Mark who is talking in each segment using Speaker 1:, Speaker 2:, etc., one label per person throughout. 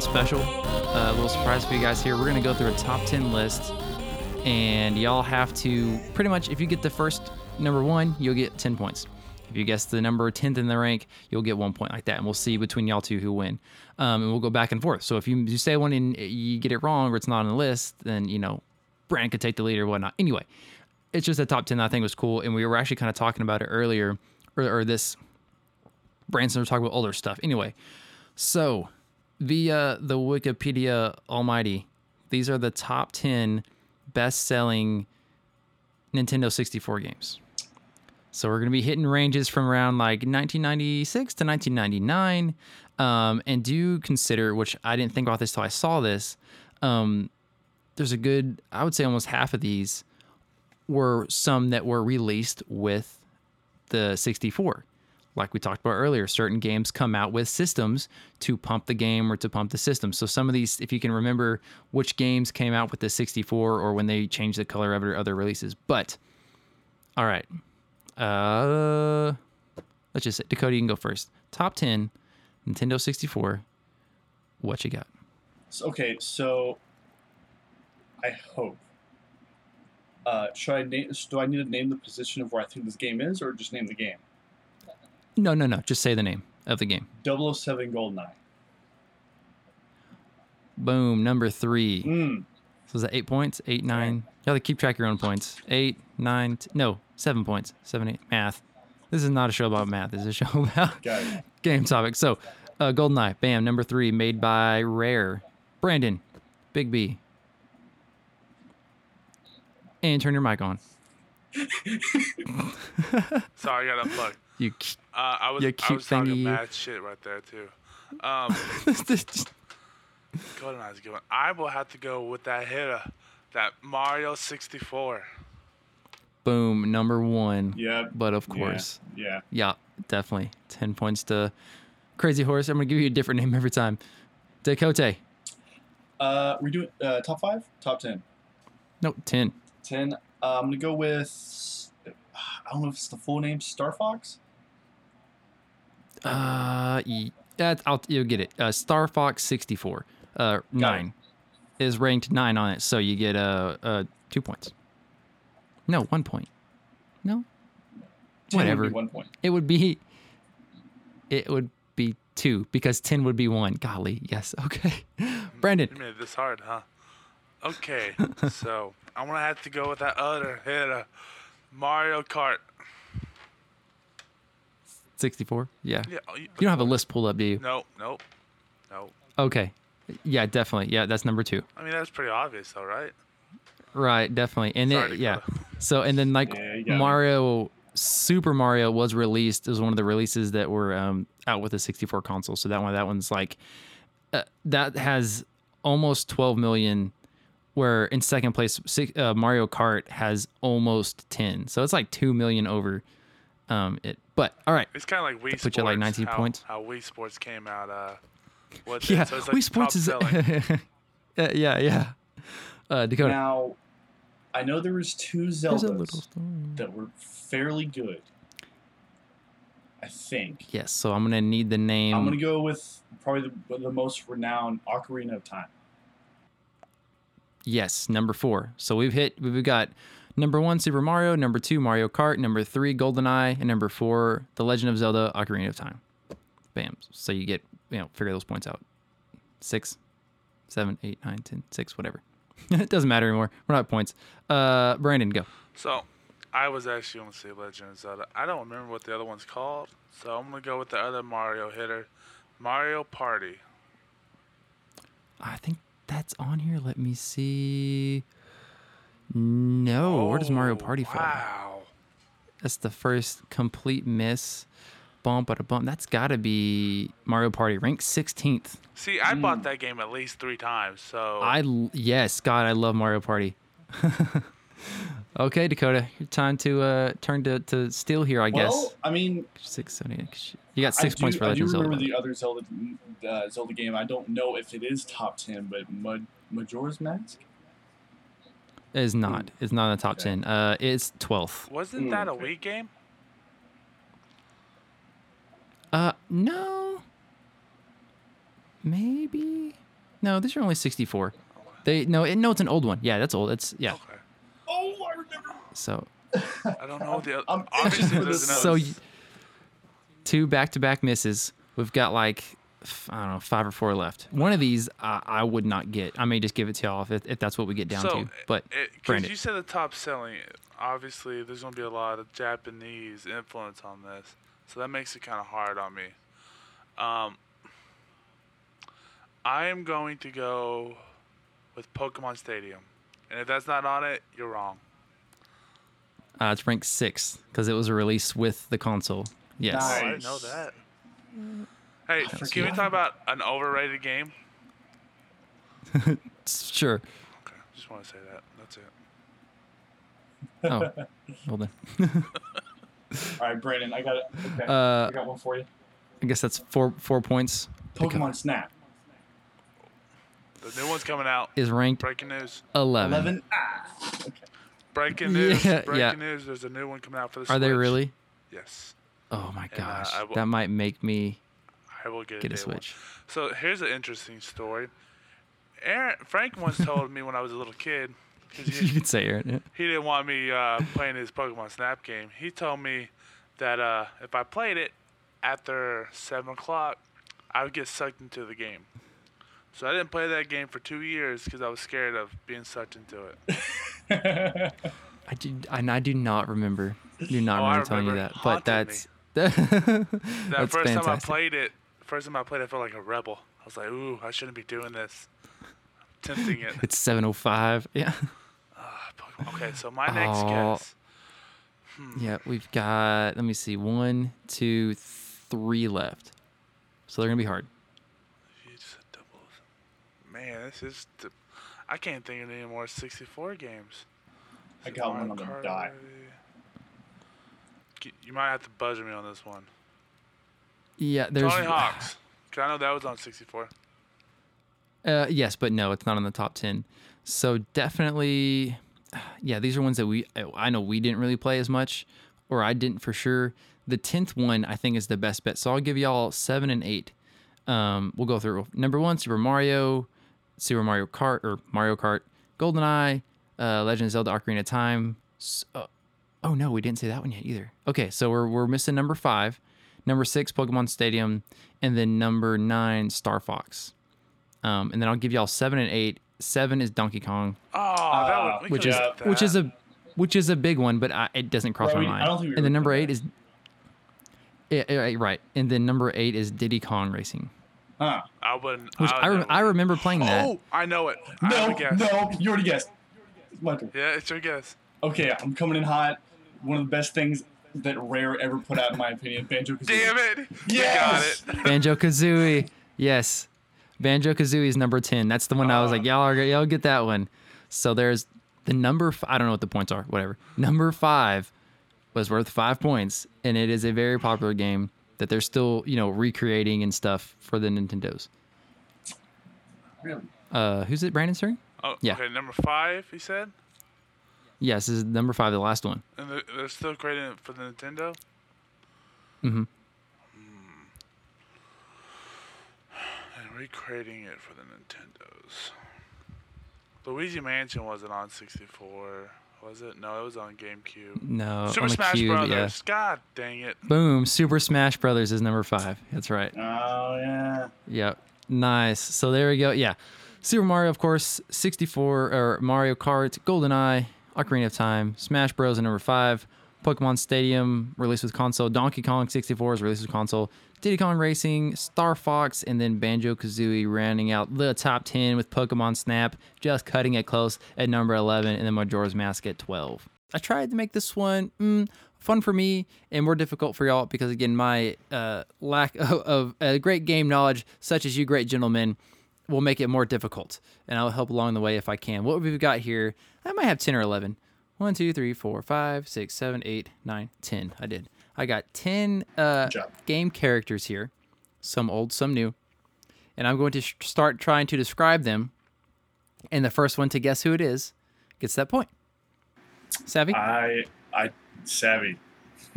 Speaker 1: special. Uh, a little surprise for you guys here. We're going to go through a top 10 list, and y'all have to pretty much, if you get the first number one, you'll get 10 points. If you guess the number 10th in the rank, you'll get one point like that. And we'll see between y'all two who win. Um, and we'll go back and forth. So if you, you say one and you get it wrong or it's not on the list, then, you know, Brandon could take the lead or whatnot. Anyway, it's just a top 10 that I think was cool. And we were actually kind of talking about it earlier, or, or this Branson was talking about older stuff. Anyway, so via the Wikipedia Almighty, these are the top 10 best selling Nintendo 64 games. So we're going to be hitting ranges from around like 1996 to 1999. Um, and do consider, which I didn't think about this till I saw this, um, there's a good, I would say almost half of these were some that were released with the 64. Like we talked about earlier, certain games come out with systems to pump the game or to pump the system. So some of these, if you can remember which games came out with the 64 or when they changed the color of it or other releases. But all right, uh, let's just Dakota, you can go first. Top 10, Nintendo 64. What you got?
Speaker 2: So- okay, so I hope. Uh, should I name? Do I need to name the position of where I think this game is, or just name the game?
Speaker 1: No, no, no. Just say the name of the game.
Speaker 2: 007 Goldeneye.
Speaker 1: Boom. Number three.
Speaker 2: Mm,
Speaker 1: So is that eight points? Eight, nine. You have to keep track of your own points. Eight, nine, t- no, seven points. Seven, eight. Math. This is not a show about math. This is a show about
Speaker 2: got it.
Speaker 1: game topics. So, uh, Goldeneye, bam, number three, made by Rare. Brandon, Big B. And turn your mic on.
Speaker 3: Sorry, I got unplugged.
Speaker 1: You.
Speaker 3: Uh, I was,
Speaker 1: Your
Speaker 3: I
Speaker 1: cute
Speaker 3: was talking
Speaker 1: thingy.
Speaker 3: mad shit right there too. Um, GoldenEye's a good one. I will have to go with that hitter, that Mario 64.
Speaker 1: Boom, number one.
Speaker 2: Yep.
Speaker 1: But of
Speaker 2: Yeah,
Speaker 1: course,
Speaker 2: Yeah.
Speaker 1: Yeah, definitely. 10 points to Crazy Horse. I'm going to give you a different name every time. Dakote.
Speaker 2: Uh, we do uh, top five, top ten.
Speaker 1: Nope, 10.
Speaker 2: Ten. Uh, I'm gonna go with. I don't know if it's the full name Star Fox.
Speaker 1: Uh, y- that, I'll, you'll get it. Uh, Star Fox 64. Uh,
Speaker 2: it.
Speaker 1: 9 is ranked 9 on it. So you get uh, uh, 2 points. No, 1 point. No,
Speaker 2: 10 would be
Speaker 1: Whatever.
Speaker 2: One point.
Speaker 1: it would be. It would be 2 because 10 would be 1. Golly. Yes. Okay. Brandon.
Speaker 3: You made it this hard, huh? Okay, so I'm gonna have to go with that other hitter, Mario Kart.
Speaker 1: 64. Yeah.
Speaker 3: Yeah. oh, You,
Speaker 1: You don't have a list pulled up, do you?
Speaker 3: Nope. Nope. Nope.
Speaker 1: Okay. Yeah, definitely. Yeah, that's number two.
Speaker 3: I mean that's pretty obvious, though, right?
Speaker 1: Right, definitely. And
Speaker 3: Sorry,
Speaker 1: it, yeah.
Speaker 3: Dakota.
Speaker 1: So and then like
Speaker 2: Yeah, you got me.
Speaker 1: Mario Super Mario was released as one of the releases that were um, out with the 64 console. So that one that one's like uh, that has almost 12 million where in second place six, uh, Mario Kart has almost 10. So it's like 2 million over um it. But all right.
Speaker 3: It's kind of like Wii Sports.
Speaker 1: put you at, like, 19
Speaker 3: how,
Speaker 1: points.
Speaker 3: How Wii Sports came out. Uh, with
Speaker 1: Yeah.
Speaker 3: It. So it's like
Speaker 1: Wii Sports
Speaker 3: top
Speaker 1: is
Speaker 3: selling.
Speaker 1: Uh, yeah, yeah. Uh Dakota.
Speaker 2: Now, I know there was two
Speaker 1: there's a
Speaker 2: Zeldas
Speaker 1: little story.
Speaker 2: that were fairly good. I think.
Speaker 1: Yes, so I'm gonna need the name.
Speaker 2: I'm gonna go with probably the, the most renowned Ocarina of Time.
Speaker 1: Yes, number four. So we've hit. We've got number one Super Mario, number two Mario Kart, number three GoldenEye, and number four The Legend of Zelda: Ocarina of Time. Bam. So you get you know figure those points out. Six, seven, eight, nine, ten, six, whatever. it doesn't matter anymore. We're not at points. Uh, Brandon, go.
Speaker 3: So, I was actually going to say Legend of Zelda. I don't remember what the other one's called, so I'm going to go with the other Mario hitter, Mario Party.
Speaker 1: I think that's on here. Let me see. No, where does Mario Party
Speaker 4: Oh,
Speaker 1: fall?
Speaker 3: Oh, Wow.
Speaker 1: That's the first complete miss. Bump at a bump. That's got to be Mario Party, ranked 16th.
Speaker 3: See, I bought that game at least three times, so
Speaker 1: I l- yes, God, I love Mario Party. okay, Dakota, your time to uh turn to to steal here, I guess.
Speaker 2: Well, I mean,
Speaker 1: Six, seven, eight. You got
Speaker 2: I
Speaker 1: six
Speaker 2: do-
Speaker 1: points for
Speaker 2: I do
Speaker 1: Legend of
Speaker 2: remember
Speaker 1: Zelda.
Speaker 2: the other Zelda uh, Zelda game. I don't know if it is top ten, but Mud, Majora's Mask.
Speaker 1: It is not. It's not in the top
Speaker 2: Okay.
Speaker 1: ten. Uh, it's twelfth.
Speaker 3: wasn't
Speaker 2: Mm,
Speaker 3: that a
Speaker 2: okay.
Speaker 3: Wii game?
Speaker 1: Uh, no. Maybe. No, these are only 64. They no, it, no, it's an old one. Yeah, that's old. It's yeah.
Speaker 4: Okay.
Speaker 2: Oh, I remember.
Speaker 1: So
Speaker 4: I don't know what the
Speaker 2: I'm
Speaker 4: other. Obviously,
Speaker 2: itching for
Speaker 4: there's
Speaker 2: this
Speaker 1: so
Speaker 4: another.
Speaker 2: one.
Speaker 1: y- two back-to-back misses. We've got like f- I don't know five or four left. One of these I, I would not get. I may just give it to y'all if, if that's what we get down
Speaker 4: so,
Speaker 1: to. But
Speaker 4: because
Speaker 1: Brandon,
Speaker 4: Eh, you said the top selling, obviously there's gonna be a lot of Japanese influence on this, so that makes it kind of hard on me. Um, I am going to go with Pokemon Stadium, and if that's not on it, you're wrong.
Speaker 1: uh, it's ranked sixth because it was released with the console. Yes.
Speaker 4: Oh,
Speaker 2: Nice.
Speaker 4: I didn't know that. Hey, can we
Speaker 2: forgot.
Speaker 4: talk about an overrated game?
Speaker 1: Sure.
Speaker 4: Okay, just want to say that. That's it.
Speaker 1: Oh, well then.
Speaker 2: All right, Brandon, I got it. Okay.
Speaker 1: Uh,
Speaker 2: I got one for you.
Speaker 1: I guess that's four four points.
Speaker 2: Pokemon Snap.
Speaker 4: The new one's coming out.
Speaker 1: Is ranked
Speaker 4: Breaking news.
Speaker 1: 11.
Speaker 2: Eleven. Ah. Okay.
Speaker 4: Breaking news.
Speaker 1: Yeah,
Speaker 4: breaking
Speaker 1: yeah.
Speaker 4: news. There's a new one coming out for the Switch.
Speaker 1: Are they really?
Speaker 4: Yes.
Speaker 1: Oh my
Speaker 4: And, uh,
Speaker 1: gosh,
Speaker 4: I will-
Speaker 1: that might make me
Speaker 4: I will get,
Speaker 1: get a
Speaker 4: day one.
Speaker 1: Switch.
Speaker 4: So here's an interesting story. Aaron Frank once told me when I was a little kid, 'cause
Speaker 1: you
Speaker 4: he,
Speaker 1: could say Aaron.
Speaker 4: he didn't want me uh, playing his Pokemon Snap game. He told me that uh, if I played it after seven o'clock, I would get sucked into the game. So I didn't play that game for two years because I was scared of being sucked into it.
Speaker 1: I do, and I do not remember. Do not
Speaker 4: Oh, I
Speaker 1: remember telling you
Speaker 4: remember.
Speaker 1: that, but
Speaker 4: Haunted
Speaker 1: that's that's
Speaker 4: That first time I
Speaker 1: fantastic.
Speaker 4: played it, first time I played, it, I felt like a rebel. I was like, "Ooh, I shouldn't be doing this." Tempting it.
Speaker 1: It's 7:05. Yeah,
Speaker 4: Pokemon. Okay, so my next
Speaker 1: Oh.
Speaker 4: guess. Hmm.
Speaker 1: yeah. We've got. Let me see. One, two, three left. So they're gonna be hard.
Speaker 4: You just said doubles. Man, this is. d I can't think of any more 64 games.
Speaker 2: I got one. I'm
Speaker 4: Mario
Speaker 2: gonna
Speaker 4: Kart
Speaker 2: die.
Speaker 4: Wii. G- You might have to buzz me on this one.
Speaker 1: Yeah, there's.
Speaker 4: Tony Hawk's. 'Cause I know that was on 64.
Speaker 1: Uh, yes, but no, it's not on the top 10. So definitely, yeah, these are ones that we, I- I know we didn't really play as much, or I didn't for sure. The 10th one, I think, is the best bet. So I'll give y'all seven and eight. Um, we'll go through number one, Super Mario, Super Mario Kart, or Mario Kart, GoldenEye, uh, Legend of Zelda Ocarina of Time. S- uh, oh, no, we didn't say that one yet either. Okay, so we're, we're missing number five, number six, Pokemon Stadium, and then number nine, Star Fox. Um, and then I'll give y'all seven and eight. Seven is Donkey Kong,
Speaker 4: Oh,
Speaker 2: Ah,
Speaker 4: that would,
Speaker 1: which
Speaker 2: Yeah,
Speaker 1: is
Speaker 2: that-
Speaker 1: which is a which is a big one, but I, it doesn't cross
Speaker 2: Well,
Speaker 1: my
Speaker 2: we- I
Speaker 1: mind.
Speaker 2: don't think we
Speaker 1: and then
Speaker 2: really
Speaker 1: number
Speaker 2: did
Speaker 1: eight
Speaker 2: that.
Speaker 1: is yeah, yeah, right, right. And then number eight is Diddy Kong Racing,
Speaker 2: Huh.
Speaker 4: I wouldn't.
Speaker 1: which
Speaker 2: Oh,
Speaker 4: would
Speaker 1: I, rem
Speaker 4: never-
Speaker 1: I remember playing that.
Speaker 4: Oh, I know it. I have a
Speaker 2: No,
Speaker 4: guess.
Speaker 2: no, you already guessed. It's my turn.
Speaker 4: Yeah, it's your guess.
Speaker 2: Okay, I'm coming in hot. One of the best things that Rare ever put out, in my opinion, Banjo Kazooie.
Speaker 4: Damn it!
Speaker 2: Yes!
Speaker 4: We got it.
Speaker 1: Banjo Kazooie, yes, Banjo Kazooie is number ten. That's the one I was like, y'all are y'all get that one. So there's the number. F- I don't know what the points are. Whatever. Number five was worth five points, and it is a very popular game that they're still you know recreating and stuff for the Nintendos.
Speaker 2: Really?
Speaker 1: Uh, who's it? Brandon's turn.
Speaker 4: Oh,
Speaker 1: Yeah.
Speaker 4: Okay, number five, he said.
Speaker 1: Yes, this is number five, the last one.
Speaker 4: And they're, they're still creating it for the Nintendo? Hmm.
Speaker 1: Mhm.
Speaker 4: And recreating it for the Nintendos. Luigi Mansion wasn't on 64, was it? No, it was on GameCube.
Speaker 1: No,
Speaker 4: Super
Speaker 1: on the
Speaker 4: Smash
Speaker 1: cube, yeah.
Speaker 4: Brothers. God dang it.
Speaker 1: Boom! Super Smash Brothers is number five. That's right.
Speaker 2: Oh yeah.
Speaker 1: Yep. Nice. So there we go. Yeah. Super Mario, of course, 64 or Mario Kart, GoldenEye, Ocarina of Time, Smash Bros. at number five, Pokemon Stadium released with console, Donkey Kong 64 is released with console, Diddy Kong Racing, Star Fox, and then Banjo Kazooie rounding out the top 10 with Pokemon Snap, just cutting it close at number 11, and then Majora's Mask at 12. I tried to make this one mm, fun for me and more difficult for y'all because, again, my uh, lack of, of uh, great game knowledge, such as you great gentlemen, will make it more difficult. And I'll help along the way if I can. What we've got here, I might have 10 or 11. 1, 2, 3, 4, 5, 6, 7, 8, 9, 10. I did. I got 10 uh,
Speaker 2: job.
Speaker 1: game characters here, some old, some new. And I'm going to sh- start trying to describe them. And the first one to guess who it is gets that point. Savvy?
Speaker 2: I I savvy.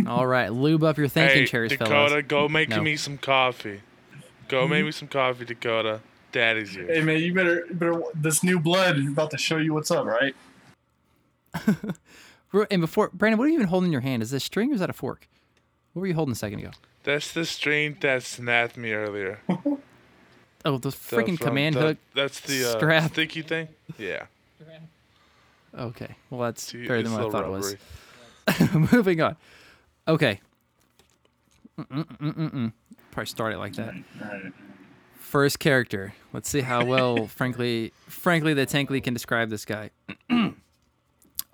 Speaker 1: All right, lube up your thinking
Speaker 4: hey,
Speaker 1: chairs,
Speaker 4: Dakota,
Speaker 1: fellas.
Speaker 4: go make
Speaker 1: No. Mm-hmm.
Speaker 4: me some coffee. Go make me some coffee, Dakota.
Speaker 3: That is you.
Speaker 2: Hey man, you better, you better. This new blood about to show you what's up, right?
Speaker 1: Ro- And before Brandon, what are you even holding in your hand? Is this string or is that a fork? What were you holding a second ago?
Speaker 3: That's the string that snapped me earlier.
Speaker 1: Oh,
Speaker 3: The-
Speaker 1: the freaking
Speaker 3: from
Speaker 1: command
Speaker 3: the-
Speaker 1: hook.
Speaker 3: That's the uh,
Speaker 1: strap.
Speaker 3: sticky thing. Yeah.
Speaker 1: Okay, well that's
Speaker 3: See,
Speaker 1: better
Speaker 3: it's
Speaker 1: than what I
Speaker 3: a
Speaker 1: thought it was.
Speaker 3: rubbery.
Speaker 1: Moving on. Okay. Mm-mm-mm-mm-mm. Probably start it like that.
Speaker 2: Right.
Speaker 1: First character. Let's see how well, frankly, frankly, the Tankly can describe this guy. All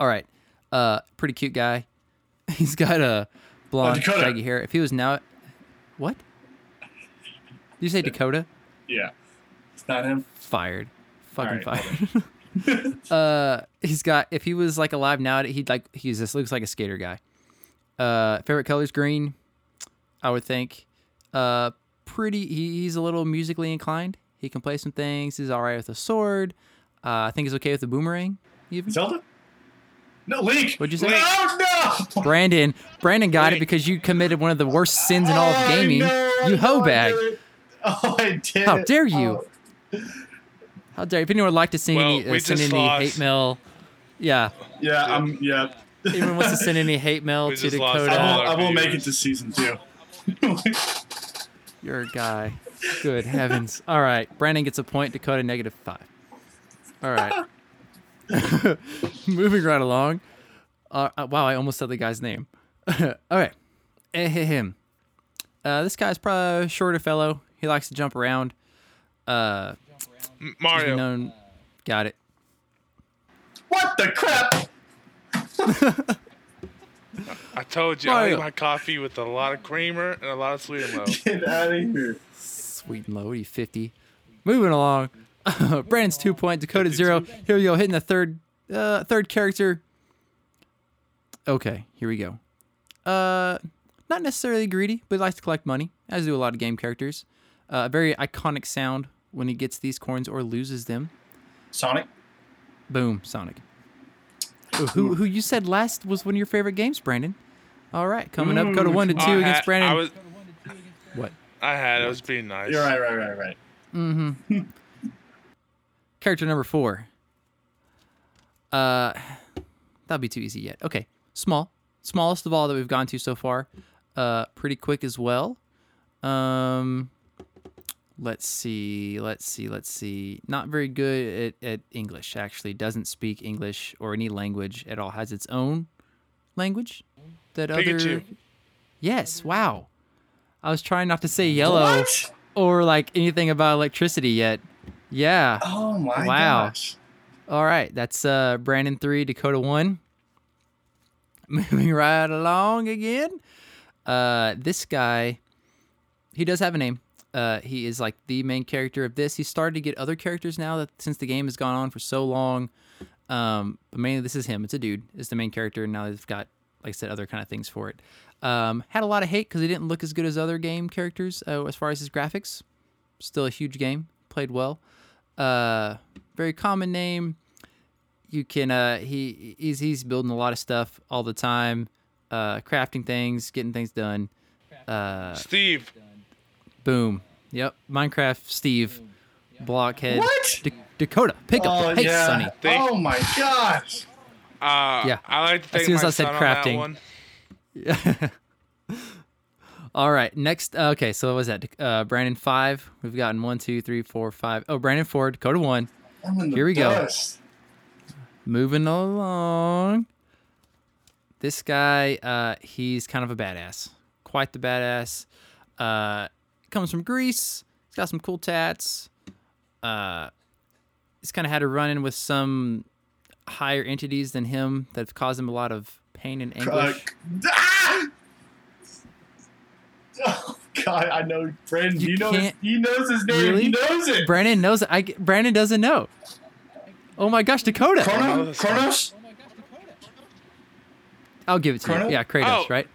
Speaker 1: right. Uh, pretty cute guy. He's got a blonde,
Speaker 2: Dakota.
Speaker 1: shaggy hair. If he was now, what? Did you say Dakota?
Speaker 2: Yeah, it's not him.
Speaker 1: Fired. Fucking
Speaker 2: All right,
Speaker 1: fired. uh, he's got. If he was like alive now, he'd like. He's just looks like a skater guy. Uh, favorite colors green. I would think. Uh, pretty. He, he's a little musically inclined. He can play some things. He's all right with a sword. Uh, I think he's okay with the boomerang. Even
Speaker 2: Zelda? No, Link.
Speaker 1: What'd you say?
Speaker 2: Link. Oh no!
Speaker 1: Brandon. Brandon got it
Speaker 2: Wait.
Speaker 1: because you committed one of the worst sins in all of
Speaker 2: Oh,
Speaker 1: gaming.
Speaker 2: no,
Speaker 1: you
Speaker 2: no,
Speaker 1: hoe
Speaker 2: I
Speaker 1: bag.
Speaker 2: did it. Oh, I did.
Speaker 1: How
Speaker 2: it.
Speaker 1: dare you.
Speaker 2: Oh.
Speaker 1: How dare! If anyone would like to send
Speaker 3: Well,
Speaker 1: any, uh,
Speaker 3: we
Speaker 1: send
Speaker 3: just
Speaker 1: any
Speaker 3: lost.
Speaker 1: hate mail, yeah.
Speaker 2: Yeah, I'm. Yeah,
Speaker 1: Anyone wants to send any hate mail
Speaker 3: We
Speaker 1: to
Speaker 3: just lost
Speaker 1: Dakota?
Speaker 2: I
Speaker 3: all
Speaker 2: won't.
Speaker 3: our
Speaker 2: I won't make it
Speaker 3: viewers.
Speaker 2: to season two.
Speaker 1: You're a guy. Good heavens. All right. Brandon gets a point. Dakota negative five. All right. Moving right along. Uh, uh, wow, I almost said the guy's name. All right. Him. Uh, this guy's probably a shorter fellow. He likes to jump around. Uh,
Speaker 3: M-
Speaker 1: he's
Speaker 3: Mario.
Speaker 1: known. Got it.
Speaker 2: what the crap?
Speaker 3: I told you I
Speaker 1: Mario.
Speaker 3: like my coffee with a lot of creamer and a lot of sweet and low.
Speaker 2: Get out of here.
Speaker 1: Sweet and low. What are you, 50? Moving along. Brandon's two point. Dakota zero. Here we go. Hitting the third uh, third character. Okay, here we go. Uh, not necessarily greedy, but he likes to collect money, as do a lot of game characters. Uh, a very iconic sound when he gets these coins or loses them.
Speaker 2: Sonic.
Speaker 1: Boom, Sonic. Who- Who, who you said last was one of your favorite games, Brandon? All right, coming up, go to one to
Speaker 3: Mm, I
Speaker 1: two
Speaker 3: had-
Speaker 1: against Brandon.
Speaker 3: I was,
Speaker 1: what?
Speaker 3: I had. it. I was being nice.
Speaker 2: You're right, right, right, right.
Speaker 1: character number four. Uh, that'll be too easy yet. Okay, small, smallest of all that we've gone to so far. Uh, pretty quick as well. Um, let's see, let's see, let's see. Not very good at, at English. Actually, doesn't speak English or any language at all. Has its own language. That
Speaker 3: Pikachu.
Speaker 1: other. Yes. Wow. I was trying not to say yellow
Speaker 2: What?
Speaker 1: or like anything about electricity yet. Yeah.
Speaker 2: Oh my
Speaker 1: Wow.
Speaker 2: gosh.
Speaker 1: All right, that's uh, Brandon three, Dakota one. Moving right along again. Uh, this guy, he does have a name. Uh, he is like the main character of this. He started to get other characters now that since the game has gone on for so long. Um, but mainly this is him. It's a dude. It's the main character. And now they've got, like I said, other kind of things for it. Um, had a lot of hate because he didn't look as good as other game characters uh, as far as his graphics. Still a huge game. Played well. Uh, very common name. You can uh, he he's he's building a lot of stuff all the time, uh, crafting things, getting things done. Uh,
Speaker 3: Steve.
Speaker 1: Boom. Yep. Minecraft Steve. Blockhead.
Speaker 2: What?
Speaker 1: Da- Dakota. Pick up
Speaker 2: Oh
Speaker 1: the pace,
Speaker 2: yeah.
Speaker 1: Sonny.
Speaker 3: Thank-
Speaker 2: Oh my gosh.
Speaker 3: Uh,
Speaker 1: Yeah.
Speaker 3: I like to thank
Speaker 1: soon as
Speaker 3: my
Speaker 1: I said
Speaker 3: son
Speaker 1: crafting.
Speaker 3: on that one.
Speaker 1: All right. Next. uh, okay. So what was that? Uh, Brandon five. We've gotten one, two, three, four, five. Oh, Brandon four. Dakota one.
Speaker 2: I'm in the
Speaker 1: Here we go.
Speaker 2: dust.
Speaker 1: Moving along. This guy, uh, he's kind of a badass. Quite the badass. Uh, comes from Greece. He's got some cool tats. Uh, he's kind of had a run in with some higher entities than him that have caused him a lot of pain and
Speaker 2: Uh,
Speaker 1: anguish.
Speaker 2: ah! Oh God, I know Brandon.
Speaker 1: You
Speaker 2: You, know his,
Speaker 1: can't-
Speaker 2: he knows his name.
Speaker 1: Really?
Speaker 2: He knows it.
Speaker 1: Brandon knows. I Brandon doesn't know. Oh my gosh, Dakota!
Speaker 2: Chrono, Chronos,
Speaker 1: I'll give it to you.
Speaker 2: Chrono?
Speaker 1: Yeah, Kratos,
Speaker 3: Oh.
Speaker 1: right?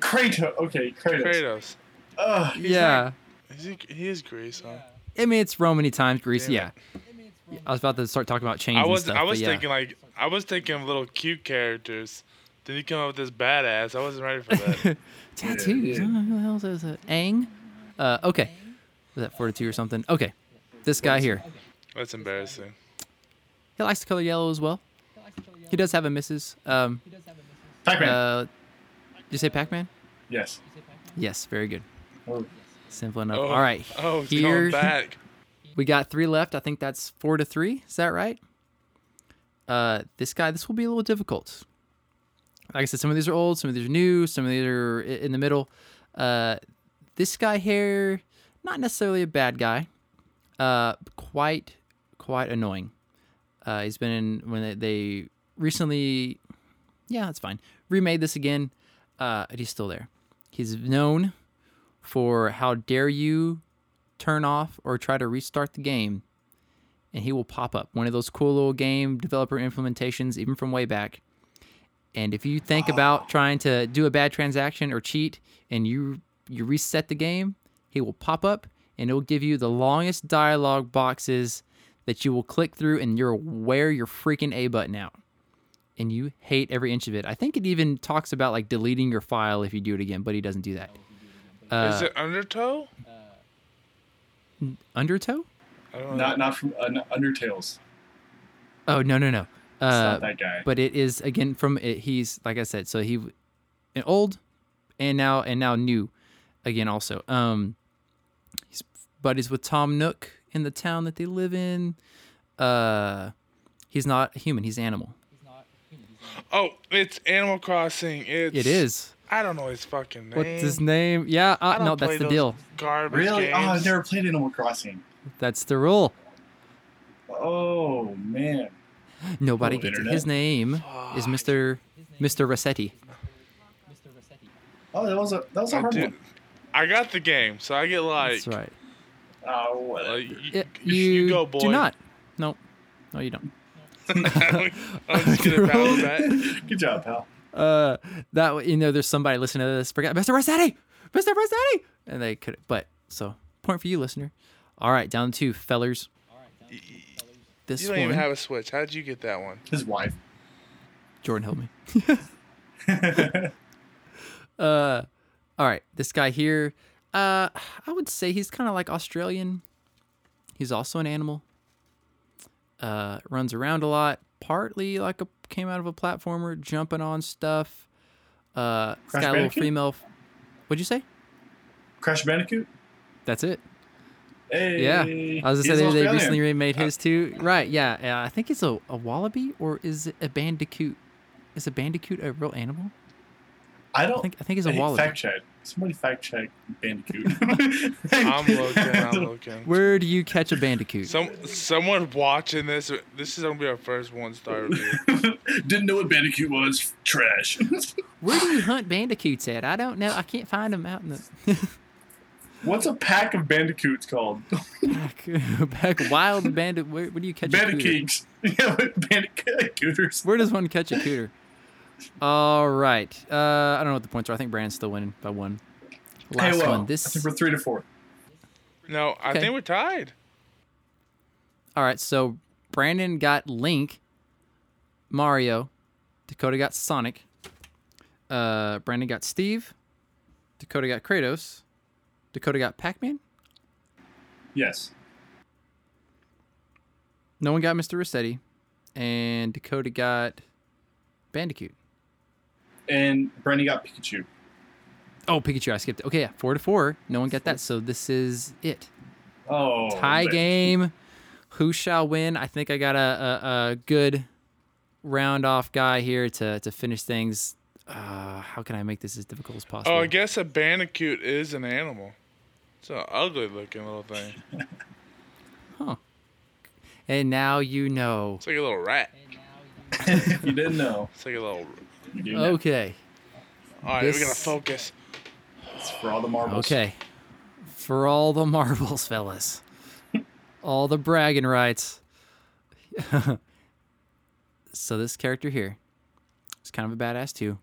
Speaker 2: Kratos. Okay, Kratos.
Speaker 3: Kratos.
Speaker 2: Ugh.
Speaker 1: yeah.
Speaker 3: Is he, he is Greece, huh?
Speaker 1: I mean, it's Roman times, Greece.
Speaker 3: Damn
Speaker 1: Yeah. I was about to start talking about chains
Speaker 3: I was
Speaker 1: and stuff.
Speaker 3: I
Speaker 1: but
Speaker 3: was
Speaker 1: yeah.
Speaker 3: thinking like I was thinking of little cute characters. Then you come up with this badass. I wasn't ready for that.
Speaker 1: tattoos.
Speaker 2: yeah.
Speaker 1: Oh, who the hell is that? Aang? Uh, okay. Was that 42 or something? Okay. This guy here.
Speaker 3: That's embarrassing.
Speaker 1: He likes the color yellow as well. He does have a missus. Um,
Speaker 2: Pac-Man.
Speaker 1: uh, did you say Pac-Man?
Speaker 2: yes.
Speaker 1: Yes, very good.
Speaker 2: Oh,
Speaker 1: Simple enough.
Speaker 3: Oh,
Speaker 1: All right,
Speaker 3: Oh, it's
Speaker 1: Here-
Speaker 3: going back.
Speaker 1: we got three left. I think that's four to three. Is that right? Uh, this guy, this will be a little difficult. Like I said, some of these are old, some of these are new, some of these are i- in the middle. Uh, this guy here, not necessarily a bad guy, uh, quite quite annoying. Uh, he's been in when they, they recently, yeah, that's fine. Remade this again, uh, and he's still there. He's known for how dare you turn off or try to restart the game and he will pop up one of those cool little game developer implementations even from way back and if you think
Speaker 3: Oh.
Speaker 1: about trying to do a bad transaction or cheat and you you reset the game he will pop up and it'll give you the longest dialogue boxes that you will click through and you're aware your freaking a button out and you hate every inch of it i think it even talks about like deleting your file if you do it again but he doesn't do that Uh,
Speaker 3: Is it Undertow?
Speaker 1: undertow
Speaker 3: I don't know.
Speaker 2: not not from uh, not- Undertales.
Speaker 1: Oh no no no.
Speaker 2: It's
Speaker 1: Uh,
Speaker 2: not that guy.
Speaker 1: but it is again from it, he's like I said. So he, w- an old, and now and now new, again also. Um, he's buddies with Tom Nook in the town that they live in. Uh, he's not human. He's animal.
Speaker 3: Oh, it's Animal Crossing. It's
Speaker 1: It is.
Speaker 3: I don't know his fucking name.
Speaker 1: What's his name? Yeah. Uh,
Speaker 3: I don't
Speaker 1: no, that's
Speaker 3: play
Speaker 1: the
Speaker 3: those
Speaker 1: deal.
Speaker 3: Garbage
Speaker 2: really? Oh,
Speaker 3: games.
Speaker 2: I've never played Animal Crossing.
Speaker 1: That's the rule.
Speaker 2: Oh man.
Speaker 1: Nobody
Speaker 2: Oh,
Speaker 1: gets it.
Speaker 2: internet.
Speaker 1: His name is Mister Mister Rossetti.
Speaker 2: Oh, that was a that was a
Speaker 3: I,
Speaker 2: hard
Speaker 3: do-
Speaker 2: one.
Speaker 3: I got the game, so I get like.
Speaker 1: That's right.
Speaker 2: Oh, whatever.
Speaker 3: like, y-
Speaker 1: It-
Speaker 3: you,
Speaker 1: you
Speaker 3: go, boy.
Speaker 1: do not. No, no, you don't.
Speaker 3: I'm just gonna paddle that.
Speaker 2: Good job, pal.
Speaker 1: uh, that w- you know, there's somebody listening to this. Forget Mr. Rossetti, Mr. Rossetti, and they could. But so point for you, listener. All right, down to fellers. This
Speaker 3: You don't
Speaker 1: one,
Speaker 3: even have a Switch. How'd you get that one?
Speaker 2: His wife.
Speaker 1: Jordan, help me. uh, all right, this guy here. Uh, I would say he's kind of like Australian. He's also an animal. Uh, runs around a lot. Partly like a came out of a platformer, jumping on stuff. Uh, it's
Speaker 2: Crash
Speaker 1: got a little
Speaker 2: Bandicoot?
Speaker 1: female. f- What'd you say?
Speaker 2: Crash Bandicoot.
Speaker 1: That's it.
Speaker 2: Hey.
Speaker 1: Yeah, I was
Speaker 2: he's
Speaker 1: gonna say they, they
Speaker 2: Australian. Uh,
Speaker 1: recently remade his too. Right? Yeah, yeah, I think it's a, a wallaby or is it a bandicoot? Is a bandicoot a real animal?
Speaker 2: I
Speaker 1: I
Speaker 2: don't.
Speaker 1: think I think it's a
Speaker 2: Hey,
Speaker 1: wallaby.
Speaker 2: fact check. Somebody fact check Bandicoot.
Speaker 3: I'm looking. I'm looking.
Speaker 1: Where do you catch a bandicoot?
Speaker 3: Some someone watching this. This is gonna be our first one star review.
Speaker 2: Didn't know what Bandicoot was. Trash.
Speaker 1: Where do you hunt bandicoots at? I don't know. I can't find them out in the
Speaker 2: What's a pack of bandicoots called?
Speaker 1: back, back wild bandit. Where, where do you catch a cooter?
Speaker 2: Bandicoos. yeah, bandicooters.
Speaker 1: Where does one catch a cooter? All right. Uh, I don't know what the points are. I think Brandon's still winning by one. Last
Speaker 2: hey, well,
Speaker 1: one.
Speaker 2: I
Speaker 1: This
Speaker 2: think we're three to four.
Speaker 3: No, I
Speaker 1: Okay.
Speaker 3: think we're tied.
Speaker 1: All right, so Brandon got Link, Mario, Dakota got Sonic, uh, Brandon got Steve, Dakota got Kratos, Dakota got Pac Man.
Speaker 2: Yes.
Speaker 1: No one got Mr. Rossetti, and Dakota got Bandicoot.
Speaker 2: And Brandy got Pikachu.
Speaker 1: Oh, Pikachu! I skipped. it. Okay, yeah, four to four. No one got that, so this is it.
Speaker 2: Oh.
Speaker 1: Tie
Speaker 2: man.
Speaker 1: game. Who shall win? I think I got a, a, a good round off guy here to, to finish things. Uh, how can I make this as difficult as possible?
Speaker 3: Oh,
Speaker 4: Uh,
Speaker 3: I guess a bandicoot is an animal. It's an ugly looking little thing.
Speaker 1: and now you know.
Speaker 3: It's like a little rat.
Speaker 2: If you didn't know.
Speaker 3: It's like a little.
Speaker 2: You do know.
Speaker 1: Okay.
Speaker 3: All right, we gotta
Speaker 1: This-
Speaker 3: focus.
Speaker 2: It's for all the marbles.
Speaker 1: Oh. Okay. For all the marbles, fellas, all the bragging rights. so, this character here is kind of a badass, too.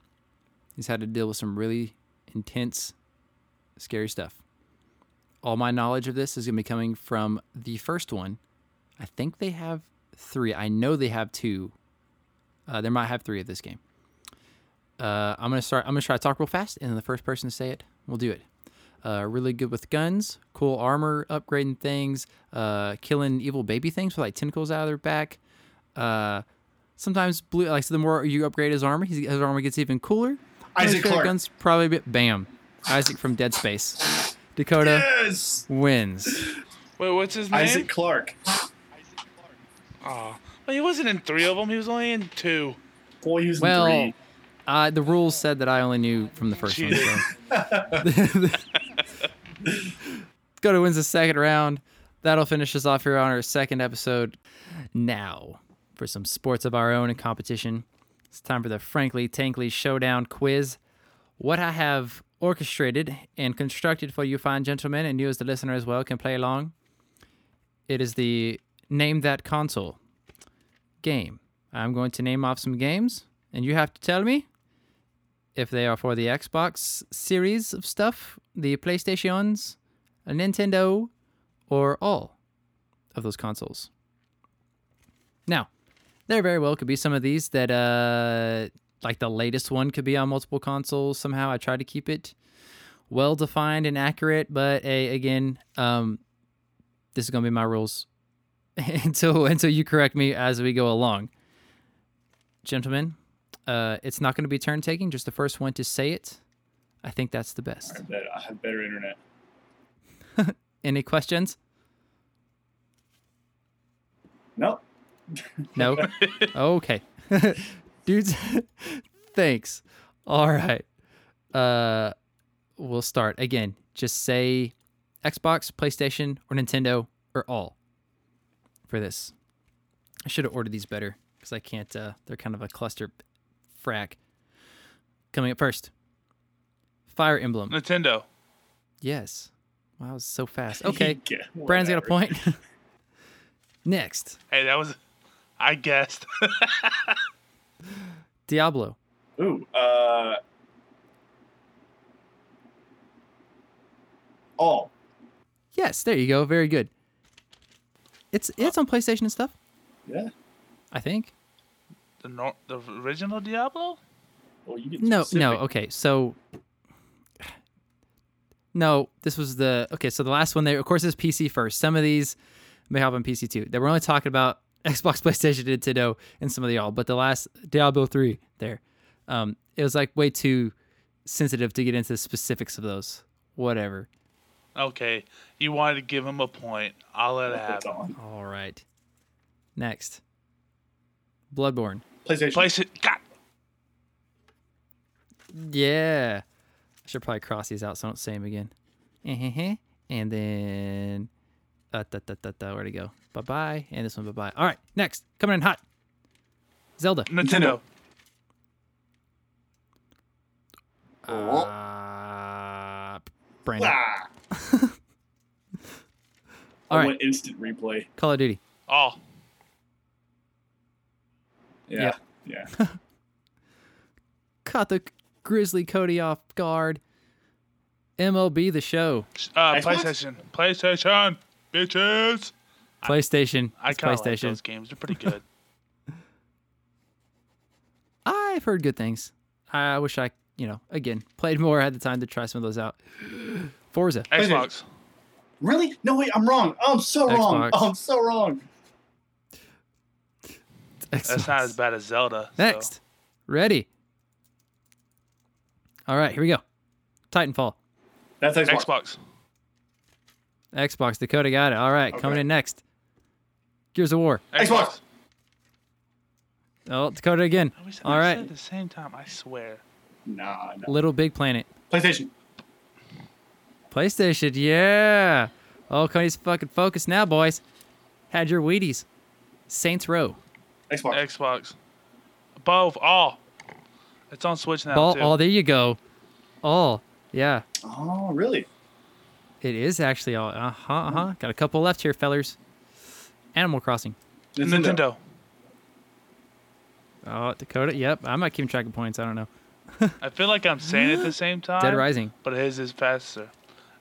Speaker 1: He's had to deal with some really intense, scary stuff. All my knowledge of this is going to be coming from the first one. I think they have three. I know they have two. Uh, there might have three of this game. Uh, I'm gonna start. I'm gonna try to talk real fast, and the first person to say it, we'll do it. Uh, really good with guns, cool armor, upgrading things, uh, killing evil baby things with like tentacles out of their back. Uh, sometimes blue, like so the more you upgrade his armor, his, his armor gets even cooler.
Speaker 2: Isaac
Speaker 1: His
Speaker 2: Clarke.
Speaker 1: Guns probably a bit- bam. Isaac from Dead Space. Dakota
Speaker 2: Yes,
Speaker 1: wins.
Speaker 3: Wait, what's his name?
Speaker 2: Isaac Clark.
Speaker 3: Oh, well, he wasn't in three of them. He was only in two.
Speaker 2: Well, he was in
Speaker 1: Well,
Speaker 2: three.
Speaker 1: Uh, the rules said that I only knew from the first one. So. Dakota wins the second round. That'll finish us off here on our second episode. Now, for some sports of our own and competition, it's time for the Frankly Tankly Showdown quiz. What I have orchestrated and constructed for you fine gentlemen, and you as the listener as well, can play along. It is the Name That Console game. I'm going to name off some games, and you have to tell me if they are for the Xbox series of stuff, the PlayStations, a Nintendo, or all of those consoles. Now, there very well could be some of these that, uh, like the latest one, could be on multiple consoles somehow. I try to keep it well defined and accurate, but a, again, um, this is going to be my rules until until you correct me as we go along. Gentlemen, uh, it's not going to be turn taking. Just the first one to say it. I think that's the best.
Speaker 2: I bet I have better internet.
Speaker 1: Any questions?
Speaker 2: Nope.
Speaker 1: No. okay. Dudes, thanks. All right. Uh we'll start again. Just say Xbox, PlayStation, or Nintendo or all for this. I should have ordered these better cuz I can't uh they're kind of a cluster frack. Coming up first. Fire Emblem.
Speaker 4: Uh,
Speaker 3: Nintendo.
Speaker 1: Yes. Wow, that was so fast. Okay.
Speaker 2: Yeah,
Speaker 1: Brian's got a
Speaker 2: whatever.
Speaker 1: point. Next,
Speaker 3: Hey, that was. I guessed.
Speaker 1: Diablo.
Speaker 2: Ooh. Uh, all.
Speaker 1: Yes, there you go. Very good. It's it's on PlayStation and stuff,
Speaker 2: Yeah.
Speaker 1: I think.
Speaker 3: the, nor- the original Diablo?
Speaker 2: Well, you get
Speaker 1: No,
Speaker 2: specific.
Speaker 1: no. Okay, so no, this was the okay. So the last one there, of course, is PC first. Some of these may have on PC too. That we're only talking about Xbox, PlayStation, Nintendo, and some of the all. But the last Diablo three there, um, it was like way too sensitive to get into the specifics of those. Whatever.
Speaker 3: Okay, you wanted to give him a point. I'll let it
Speaker 2: That's
Speaker 3: happen.
Speaker 2: on.
Speaker 1: All right. Next, Bloodborne.
Speaker 2: PlayStation.
Speaker 3: Place it. God.
Speaker 1: Yeah. I should probably cross these out so I don't say them again. Eh-heh-heh. And then, uh, da, da, da, da, where'd it go? Bye bye. And this one, bye bye. All right, next. Coming in hot. Zelda.
Speaker 3: Nintendo.
Speaker 1: Uh, Brandon.
Speaker 2: Ah! I
Speaker 1: All right,
Speaker 2: went instant replay.
Speaker 1: Call of Duty.
Speaker 3: Oh,
Speaker 2: Yeah. Yeah.
Speaker 1: Caught the Grizzly Cody off guard. MLB the show.
Speaker 3: uh,
Speaker 2: Xbox?
Speaker 3: PlayStation. PlayStation. Bitches.
Speaker 1: PlayStation.
Speaker 3: I
Speaker 1: It's
Speaker 3: kind of like
Speaker 1: PlayStation.
Speaker 3: those games. They're pretty good.
Speaker 1: I've heard good things. I wish I, you know, again, played more, had the time to try some of those out. Forza.
Speaker 3: Xbox.
Speaker 2: Really? No, wait, I'm wrong. Oh, I'm so wrong.
Speaker 1: Xbox.
Speaker 2: Oh, I'm so wrong.
Speaker 3: That's not as bad as Zelda. so-
Speaker 1: Next. Ready. All right, here we go. Titanfall.
Speaker 2: That's Xbox.
Speaker 3: Xbox.
Speaker 1: Xbox. Dakota got it. All right, coming
Speaker 2: Okay.
Speaker 1: in next. Gears of War.
Speaker 2: Xbox.
Speaker 1: Oh, Dakota again.
Speaker 3: I wish I
Speaker 1: All
Speaker 3: said it
Speaker 1: right.
Speaker 3: at the same time. I swear.
Speaker 2: Nah, no.
Speaker 1: Little Big Planet.
Speaker 2: PlayStation.
Speaker 1: PlayStation. Yeah. Oh, Cody's fucking focused now, boys. Had your Wheaties. Saints Row.
Speaker 2: Xbox.
Speaker 3: Xbox. Both. All. It's on Switch now
Speaker 1: Ball.
Speaker 3: too.
Speaker 1: Oh, there you go. All. Yeah.
Speaker 2: oh, really?
Speaker 1: It is actually all. Uh huh. Uh
Speaker 3: Hmm.
Speaker 1: huh. Got a couple left here, fellers. Animal Crossing.
Speaker 3: Nintendo.
Speaker 1: Oh, Dakota. Yep. I'm not keeping track of points. I don't know.
Speaker 3: I feel like I'm saying it at the same time.
Speaker 1: Dead Rising.
Speaker 3: But his is faster.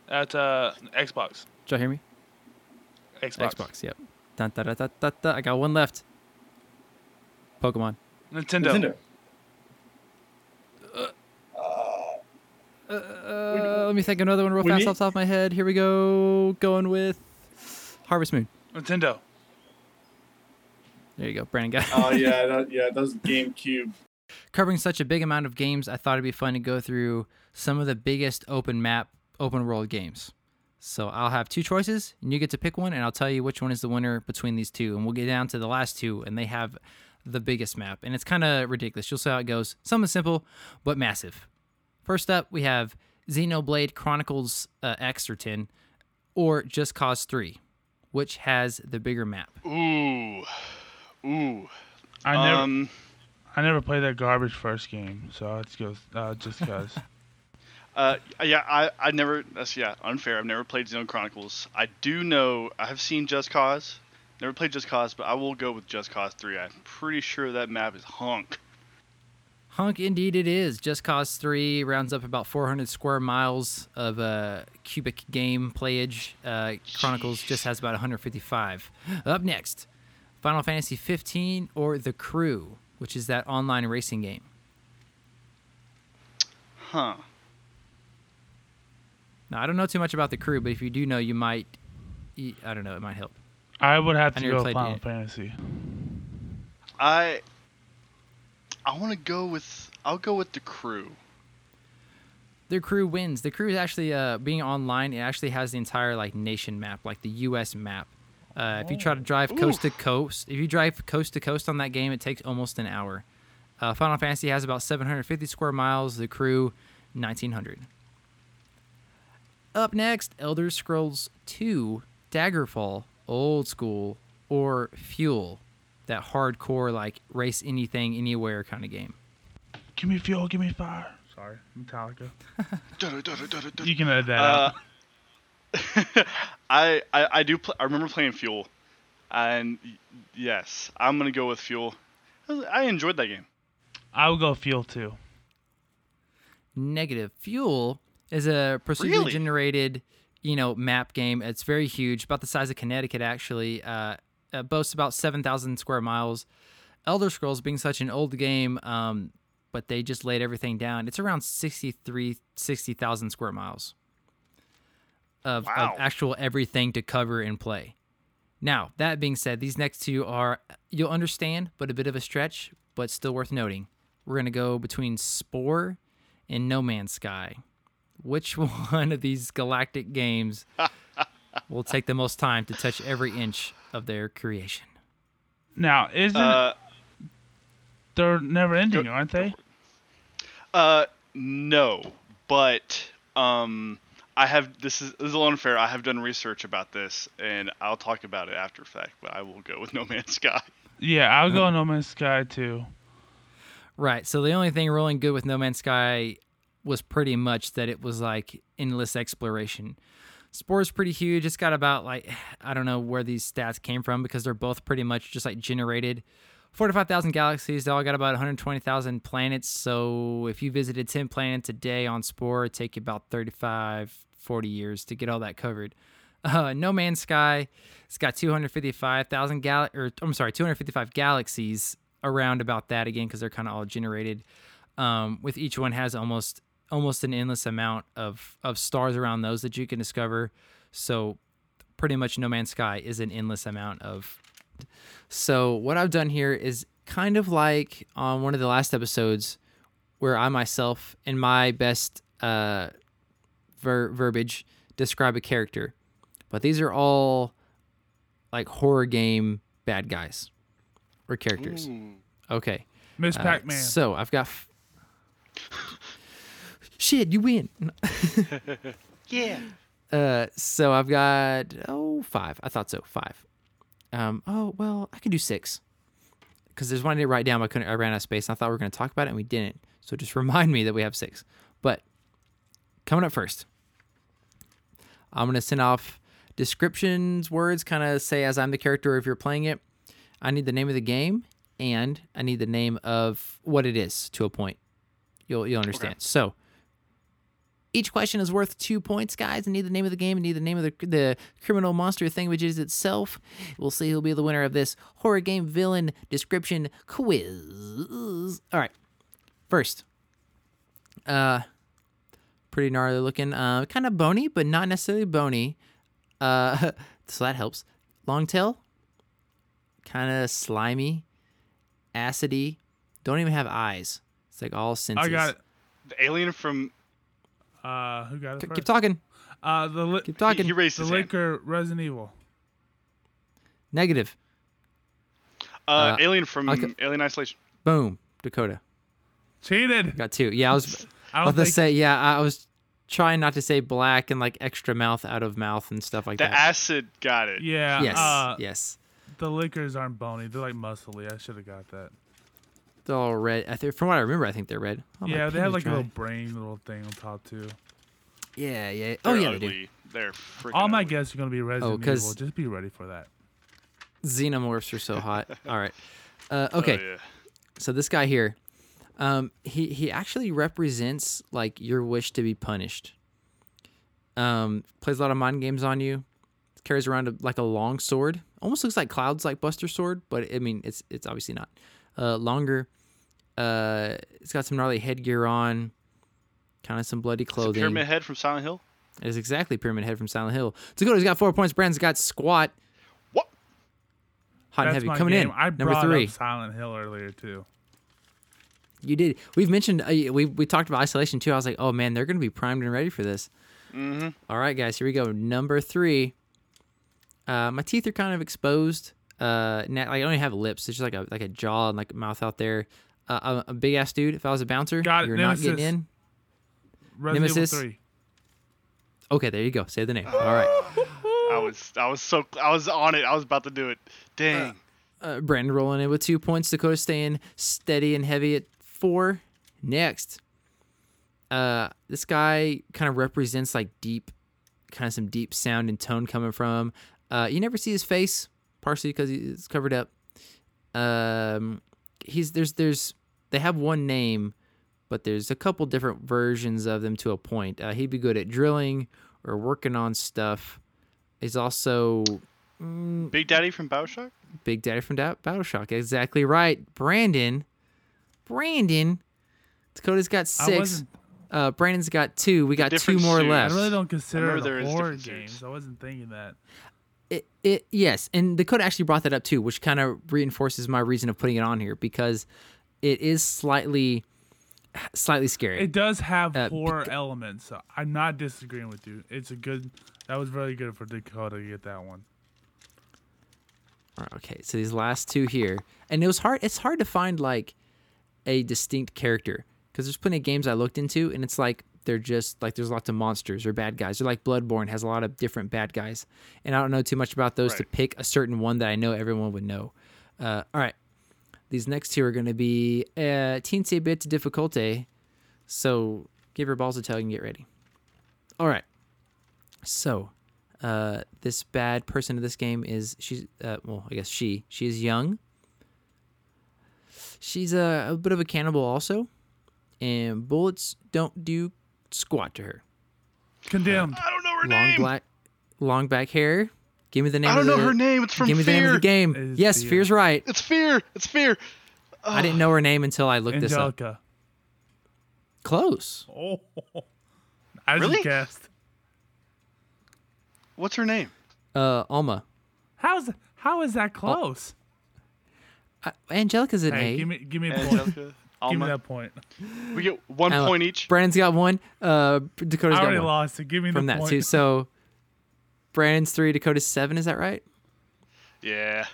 Speaker 3: That's uh Xbox.
Speaker 1: Did y'all hear me?
Speaker 3: Xbox.
Speaker 1: Xbox. Yep. Dun, da, da, da, da, da. I got one left. Pokemon.
Speaker 3: Nintendo.
Speaker 2: Nintendo.
Speaker 1: Uh, let me think another one real
Speaker 2: We
Speaker 1: fast
Speaker 2: need-
Speaker 1: off the top of my head. Here we go. Going with Harvest Moon.
Speaker 3: Nintendo.
Speaker 1: There you go, Brandon. Got
Speaker 2: Oh yeah, that, yeah, that was GameCube.
Speaker 1: covering such a big amount of games, I thought it'd be fun to go through some of the biggest open map, open world games. So I'll have two choices, and you get to pick one, and I'll tell you which one is the winner between these two. And we'll get down to the last two, and they have the biggest map. And it's kind of ridiculous. You'll see how it goes. Something simple, but massive. First up, we have Xenoblade Chronicles uh, X or 10, or Just Cause 3, which has the bigger map.
Speaker 5: Ooh, ooh.
Speaker 3: I never,
Speaker 5: Um,
Speaker 3: I never played that garbage first game, so it's goes uh, just cause.
Speaker 5: uh, yeah, I, I never. That's yeah, unfair. I've never played Xeno Chronicles. I do know. I have seen Just Cause. Never played Just Cause, but I will go with Just Cause Three. I'm pretty sure that map is honk.
Speaker 1: Hunk, indeed it is. Just Cause 3 rounds up about 400 square miles of uh, cubic game playage. Uh, Chronicles just has about 155. Up next, Final Fantasy 15 or The Crew, which is that online racing game.
Speaker 5: Huh.
Speaker 1: Now, I don't know too much about The Crew, but if you do know, you might, y- I don't know, it might help.
Speaker 3: I would have
Speaker 1: I
Speaker 3: to
Speaker 1: never
Speaker 3: go
Speaker 1: played
Speaker 3: Final
Speaker 1: it.
Speaker 3: Fantasy.
Speaker 5: I. I want to go with. I'll go with the crew.
Speaker 1: The Crew wins. The Crew is actually, uh, being online, it actually has the entire, like, nation map, like the U.S. map. Uh, if you try to drive coast to coast, if you drive coast to coast on that game, it takes almost an hour. Uh, Final Fantasy has about 750 square miles. The crew, 1900. Up next, Elder Scrolls 2, Daggerfall, old school, or Fuel, that hardcore like race anything anywhere kind of game.
Speaker 3: Give me fuel. Give me fire. Sorry, Metallica.
Speaker 5: Dun, dun, dun, dun, dun, dun.
Speaker 3: You can edit that
Speaker 5: Uh,
Speaker 3: out.
Speaker 5: I, I I do. Pl- I remember playing Fuel, and y- yes, I'm gonna go with Fuel. I enjoyed that game.
Speaker 3: I would go fuel too.
Speaker 1: Negative Fuel is a procedurally
Speaker 5: Really?
Speaker 1: generated, you know, map game. It's very huge, about the size of Connecticut actually. Uh, uh, boasts about 7,000 square miles. Elder Scrolls being such an old game, um, but they just laid everything down. It's around 63, 60,000 square miles of,
Speaker 5: Wow.
Speaker 1: of actual everything to cover and play. Now, that being said, these next two are, you'll understand, but a bit of a stretch, but still worth noting. We're going to go between Spore and No Man's Sky. Which one of these galactic games will take the most time to touch every inch of their creation?
Speaker 3: Now, isn't
Speaker 5: Uh,
Speaker 3: they're never ending, aren't they?
Speaker 5: uh, no, but um, I have this is this is a little unfair. I have done research about this, and I'll talk about it after fact. But I will go with No Man's Sky.
Speaker 3: Yeah, I'll go No Man's Sky too.
Speaker 1: Right. So the only thing rolling good with No Man's Sky was pretty much that it was like endless exploration. Spore's pretty huge. It's got about like I don't know where these stats came from because they're both pretty much just like generated. Four to five thousand galaxies. They all got about 120,000 planets. So if you visited 10 planets a day on Spore, it'd take you about 35, 40 years to get all that covered. Uh, no Man's Sky. It's got 255,000 gal or I'm sorry, 255 galaxies around about that again because they're kind of all generated. Um, with each one has almost almost an endless amount of of stars around those that you can discover. So pretty much No Man's Sky is an endless amount of. So what I've done here is kind of like on one of the last episodes where I myself in my best uh, ver- verbiage describe a character but these are all like horror game bad guys or characters. Okay.
Speaker 3: Miss
Speaker 1: uh,
Speaker 3: Pac-Man.
Speaker 1: So I've got. F- Shit, you win.
Speaker 5: Yeah.
Speaker 1: Uh, so I've got oh five. I thought so five. Um, oh well, I can do six because there's one I didn't write down. But I couldn't. I ran out of space. And I thought we were going to talk about it, and we didn't. So just remind me that we have six. But coming up first, I'm going to send off descriptions, words, kind of say as I'm the character if you're playing it. I need the name of the game, and I need the name of what it is to a point. You'll you'll understand. So. Each question is worth two points, guys. I need the name of the game and need the name of the, the criminal monster thing, which is itself. We'll see who'll be the winner of this horror game villain description quiz. All right. First, uh, pretty gnarly looking. Uh, kind of bony, but not necessarily bony. Uh, so that helps. Long tail, kind of slimy, acidy. Don't even have eyes. It's like all senses.
Speaker 4: I got it.
Speaker 5: The alien from
Speaker 4: Uh, who got it?
Speaker 1: K-
Speaker 4: First?
Speaker 1: Keep talking.
Speaker 4: Uh, the li-
Speaker 1: Keep
Speaker 5: he,
Speaker 1: talking.
Speaker 5: he raised
Speaker 4: the
Speaker 5: his hand.
Speaker 4: liquor Resident Evil.
Speaker 1: Negative.
Speaker 5: Uh,
Speaker 1: uh,
Speaker 5: alien from
Speaker 1: okay.
Speaker 5: Alien Isolation.
Speaker 1: Boom. Dakota
Speaker 4: Cheated.
Speaker 1: got two. Yeah, I was
Speaker 4: I
Speaker 1: about
Speaker 4: don't
Speaker 1: to
Speaker 4: think.
Speaker 1: say. Yeah, I was trying not to say black and like extra mouth out of mouth and stuff like
Speaker 5: The
Speaker 1: that.
Speaker 5: acid got it.
Speaker 4: yeah.
Speaker 1: yes.
Speaker 4: Uh,
Speaker 1: yes.
Speaker 4: The liquors aren't bony. They're like muscly. I should have got that.
Speaker 1: They're all red. I think, from what I remember, I think they're red. Oh, my
Speaker 4: yeah, they
Speaker 1: pen
Speaker 4: have
Speaker 1: is
Speaker 4: like
Speaker 1: dry.
Speaker 4: a little brain, little thing on top too.
Speaker 1: Yeah, yeah.
Speaker 5: They're
Speaker 1: oh yeah, they do.
Speaker 5: ugly. They're freaking.
Speaker 4: All my
Speaker 5: ugly.
Speaker 4: guests are gonna be Resident
Speaker 1: Oh, 'cause-
Speaker 4: Evil. Just be ready for that.
Speaker 1: Xenomorphs are so hot. all right. Uh,
Speaker 5: Oh,
Speaker 1: okay.
Speaker 5: yeah.
Speaker 1: So this guy here, um, he he actually represents like your wish to be punished. Um, plays a lot of mind games on you. Carries around a, like a long sword. Almost looks like Cloud's like Buster sword, but I mean it's it's obviously not. Uh, longer. Uh, it's got some gnarly headgear on. Kind of some bloody
Speaker 5: It's a
Speaker 1: clothing.
Speaker 5: Pyramid Head from Silent Hill.
Speaker 1: It is exactly Pyramid Head from Silent Hill. Dakota's got four points. Brandon's got squat.
Speaker 5: What?
Speaker 1: Hot and
Speaker 4: That's
Speaker 1: heavy
Speaker 4: my
Speaker 1: coming
Speaker 4: game.
Speaker 1: in.
Speaker 4: I
Speaker 1: Number
Speaker 4: brought
Speaker 1: three.
Speaker 4: up Silent Hill earlier too.
Speaker 1: You did. We've mentioned. Uh, we we talked about isolation too. I was like, oh man, they're gonna be primed and ready for this. Mm-hmm. right, guys, here we go. Number three. Uh, my teeth are kind of exposed. Uh, na- I only have lips. It's just like a like a jaw and like mouth out there. Uh, I'm a big ass dude. If I was a bouncer,
Speaker 4: Got it,
Speaker 1: you're not
Speaker 4: Nemesis.
Speaker 1: getting in.
Speaker 4: Resident
Speaker 1: Nemesis.
Speaker 4: Evil Three.
Speaker 1: Okay, there you go. Say the name. All right.
Speaker 5: I was I was so cl- I was on it. I was about to do it. Dang.
Speaker 1: Uh, Brandon rolling in with two points. Dakota staying steady and heavy at four. Next, uh, this guy kind of represents like deep, kind of some deep sound and tone coming from. Uh, you never see his face, partially because he's covered up. Um, he's there's there's they have one name, but there's a couple different versions of them to a point. Uh, he'd be good at drilling or working on stuff. He's also Uh,
Speaker 5: Big Daddy from Bioshock.
Speaker 1: Big Daddy from da- Battleshock. Exactly right. Brandon. Brandon. Dakota's got
Speaker 4: I
Speaker 1: six.
Speaker 4: wasn't.
Speaker 1: Uh, Brandon's got two. We got two
Speaker 5: different
Speaker 1: more
Speaker 5: series. I
Speaker 4: I
Speaker 1: left.
Speaker 4: really don't consider it
Speaker 5: remember there
Speaker 4: a
Speaker 5: is
Speaker 4: horror
Speaker 5: different
Speaker 4: game.
Speaker 5: series.
Speaker 4: so I wasn't thinking that.
Speaker 1: It, it, yes, and Dakota actually brought that up too, which kind of reinforces my reason of putting it on here because it is slightly, slightly scary.
Speaker 4: It does have
Speaker 1: Uh,
Speaker 4: horror elements. So I'm not disagreeing with you. It's a good. That was really good for Dakota to get that one.
Speaker 1: Alright, Uh, Okay, so these last two here, and it was hard. It's hard to find like a distinct character because there's plenty of games I looked into, and it's like they're just like there's lots of monsters or bad guys. They're like Bloodborne has a lot of different bad guys, and I don't know too much about those to
Speaker 5: Right.
Speaker 1: pick a certain one that I know everyone would know. Uh, all right, these next two are going to be uh, teensy bit difficulty, so give your balls a tug and get ready. All right, so uh, this bad person of this game is she's uh, well i guess she she is young she's a, a bit of a cannibal also and bullets don't do squat to her
Speaker 4: Condemned.
Speaker 5: I don't know her
Speaker 1: long
Speaker 5: name.
Speaker 1: black long black hair give me the name
Speaker 5: I don't
Speaker 1: of
Speaker 5: know
Speaker 1: the,
Speaker 5: her name. It's from
Speaker 1: give me the
Speaker 5: Fear.
Speaker 1: name of the game
Speaker 4: It is
Speaker 1: yes
Speaker 4: Fear.
Speaker 1: fear's right
Speaker 5: It's Fear. It's Fear.
Speaker 1: i didn't know her name until i looked this up
Speaker 4: Angelica.
Speaker 1: close
Speaker 4: Oh. I just
Speaker 5: Really?
Speaker 4: guessed.
Speaker 5: What's her name?
Speaker 1: uh alma
Speaker 4: How's how is that close?
Speaker 1: uh, angelica's Oh, an
Speaker 4: Hey,
Speaker 1: a
Speaker 4: give me give me a point. Give
Speaker 5: Angelica.
Speaker 4: me
Speaker 5: Alma.
Speaker 4: that point.
Speaker 5: We get one
Speaker 1: Uh,
Speaker 5: point each.
Speaker 1: brandon's got one uh dakota's
Speaker 4: I
Speaker 1: got
Speaker 4: already
Speaker 1: one
Speaker 4: lost it. Give me
Speaker 1: from
Speaker 4: the
Speaker 1: that
Speaker 4: point.
Speaker 1: too so brandon's three dakota's seven is that right
Speaker 5: Yeah.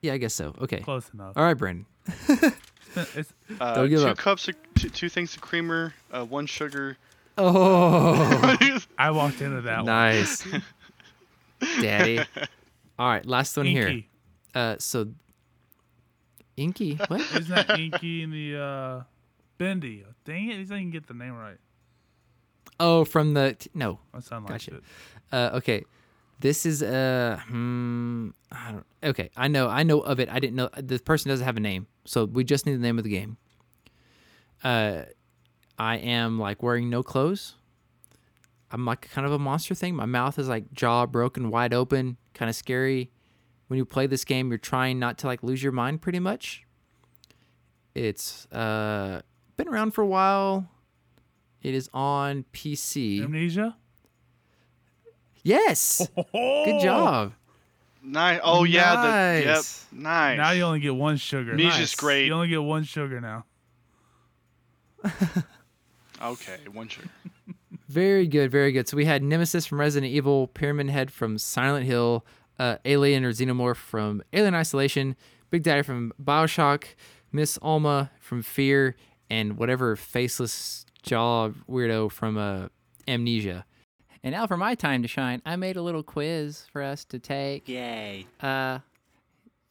Speaker 1: Yeah, I guess so. Okay.
Speaker 4: Close enough.
Speaker 1: All right, Brandon.
Speaker 4: It's,
Speaker 5: Uh,
Speaker 1: Don't give
Speaker 5: two
Speaker 1: up.
Speaker 5: cups of two, two things of creamer, uh, one sugar.
Speaker 1: Oh,
Speaker 4: I walked into that one.
Speaker 1: nice, Daddy. All right, last one here.
Speaker 4: Inky.
Speaker 1: Uh, so Inky, what?
Speaker 4: Isn't that Inky in the uh, Bendy? Dang it! At least I can get the name right.
Speaker 1: Oh, from the t- no.
Speaker 4: I sound like
Speaker 1: Gotcha.
Speaker 4: shit.
Speaker 1: Uh, okay, this is uh, hmm, I don't. Okay, I know, I know of it. I didn't know the person doesn't have a name, so we just need the name of the game. Uh, I am like wearing no clothes. I'm like kind of a monster thing. My mouth is like jaw broken wide open, kind of scary. When you play this game, you're trying not to like lose your mind pretty much. It's uh been around for a while. It is on PC.
Speaker 4: Amnesia.
Speaker 1: Yes. Good job.
Speaker 5: Nice. Oh yeah. The, yep.
Speaker 1: Nice.
Speaker 5: Nice.
Speaker 4: Now you only get one sugar.
Speaker 5: Amnesia's
Speaker 1: Nice.
Speaker 5: great.
Speaker 4: You only get one sugar now.
Speaker 5: Okay. One sugar.
Speaker 1: Very good, very good. So we had Nemesis from Resident Evil, Pyramid Head from Silent Hill, uh, Alien or Xenomorph from Alien Isolation, Big Daddy from Bioshock, Miss Alma from Fear, and whatever faceless jaw weirdo from uh, Amnesia. And now for my time to shine, I made a little quiz for us to take. Yay. Uh,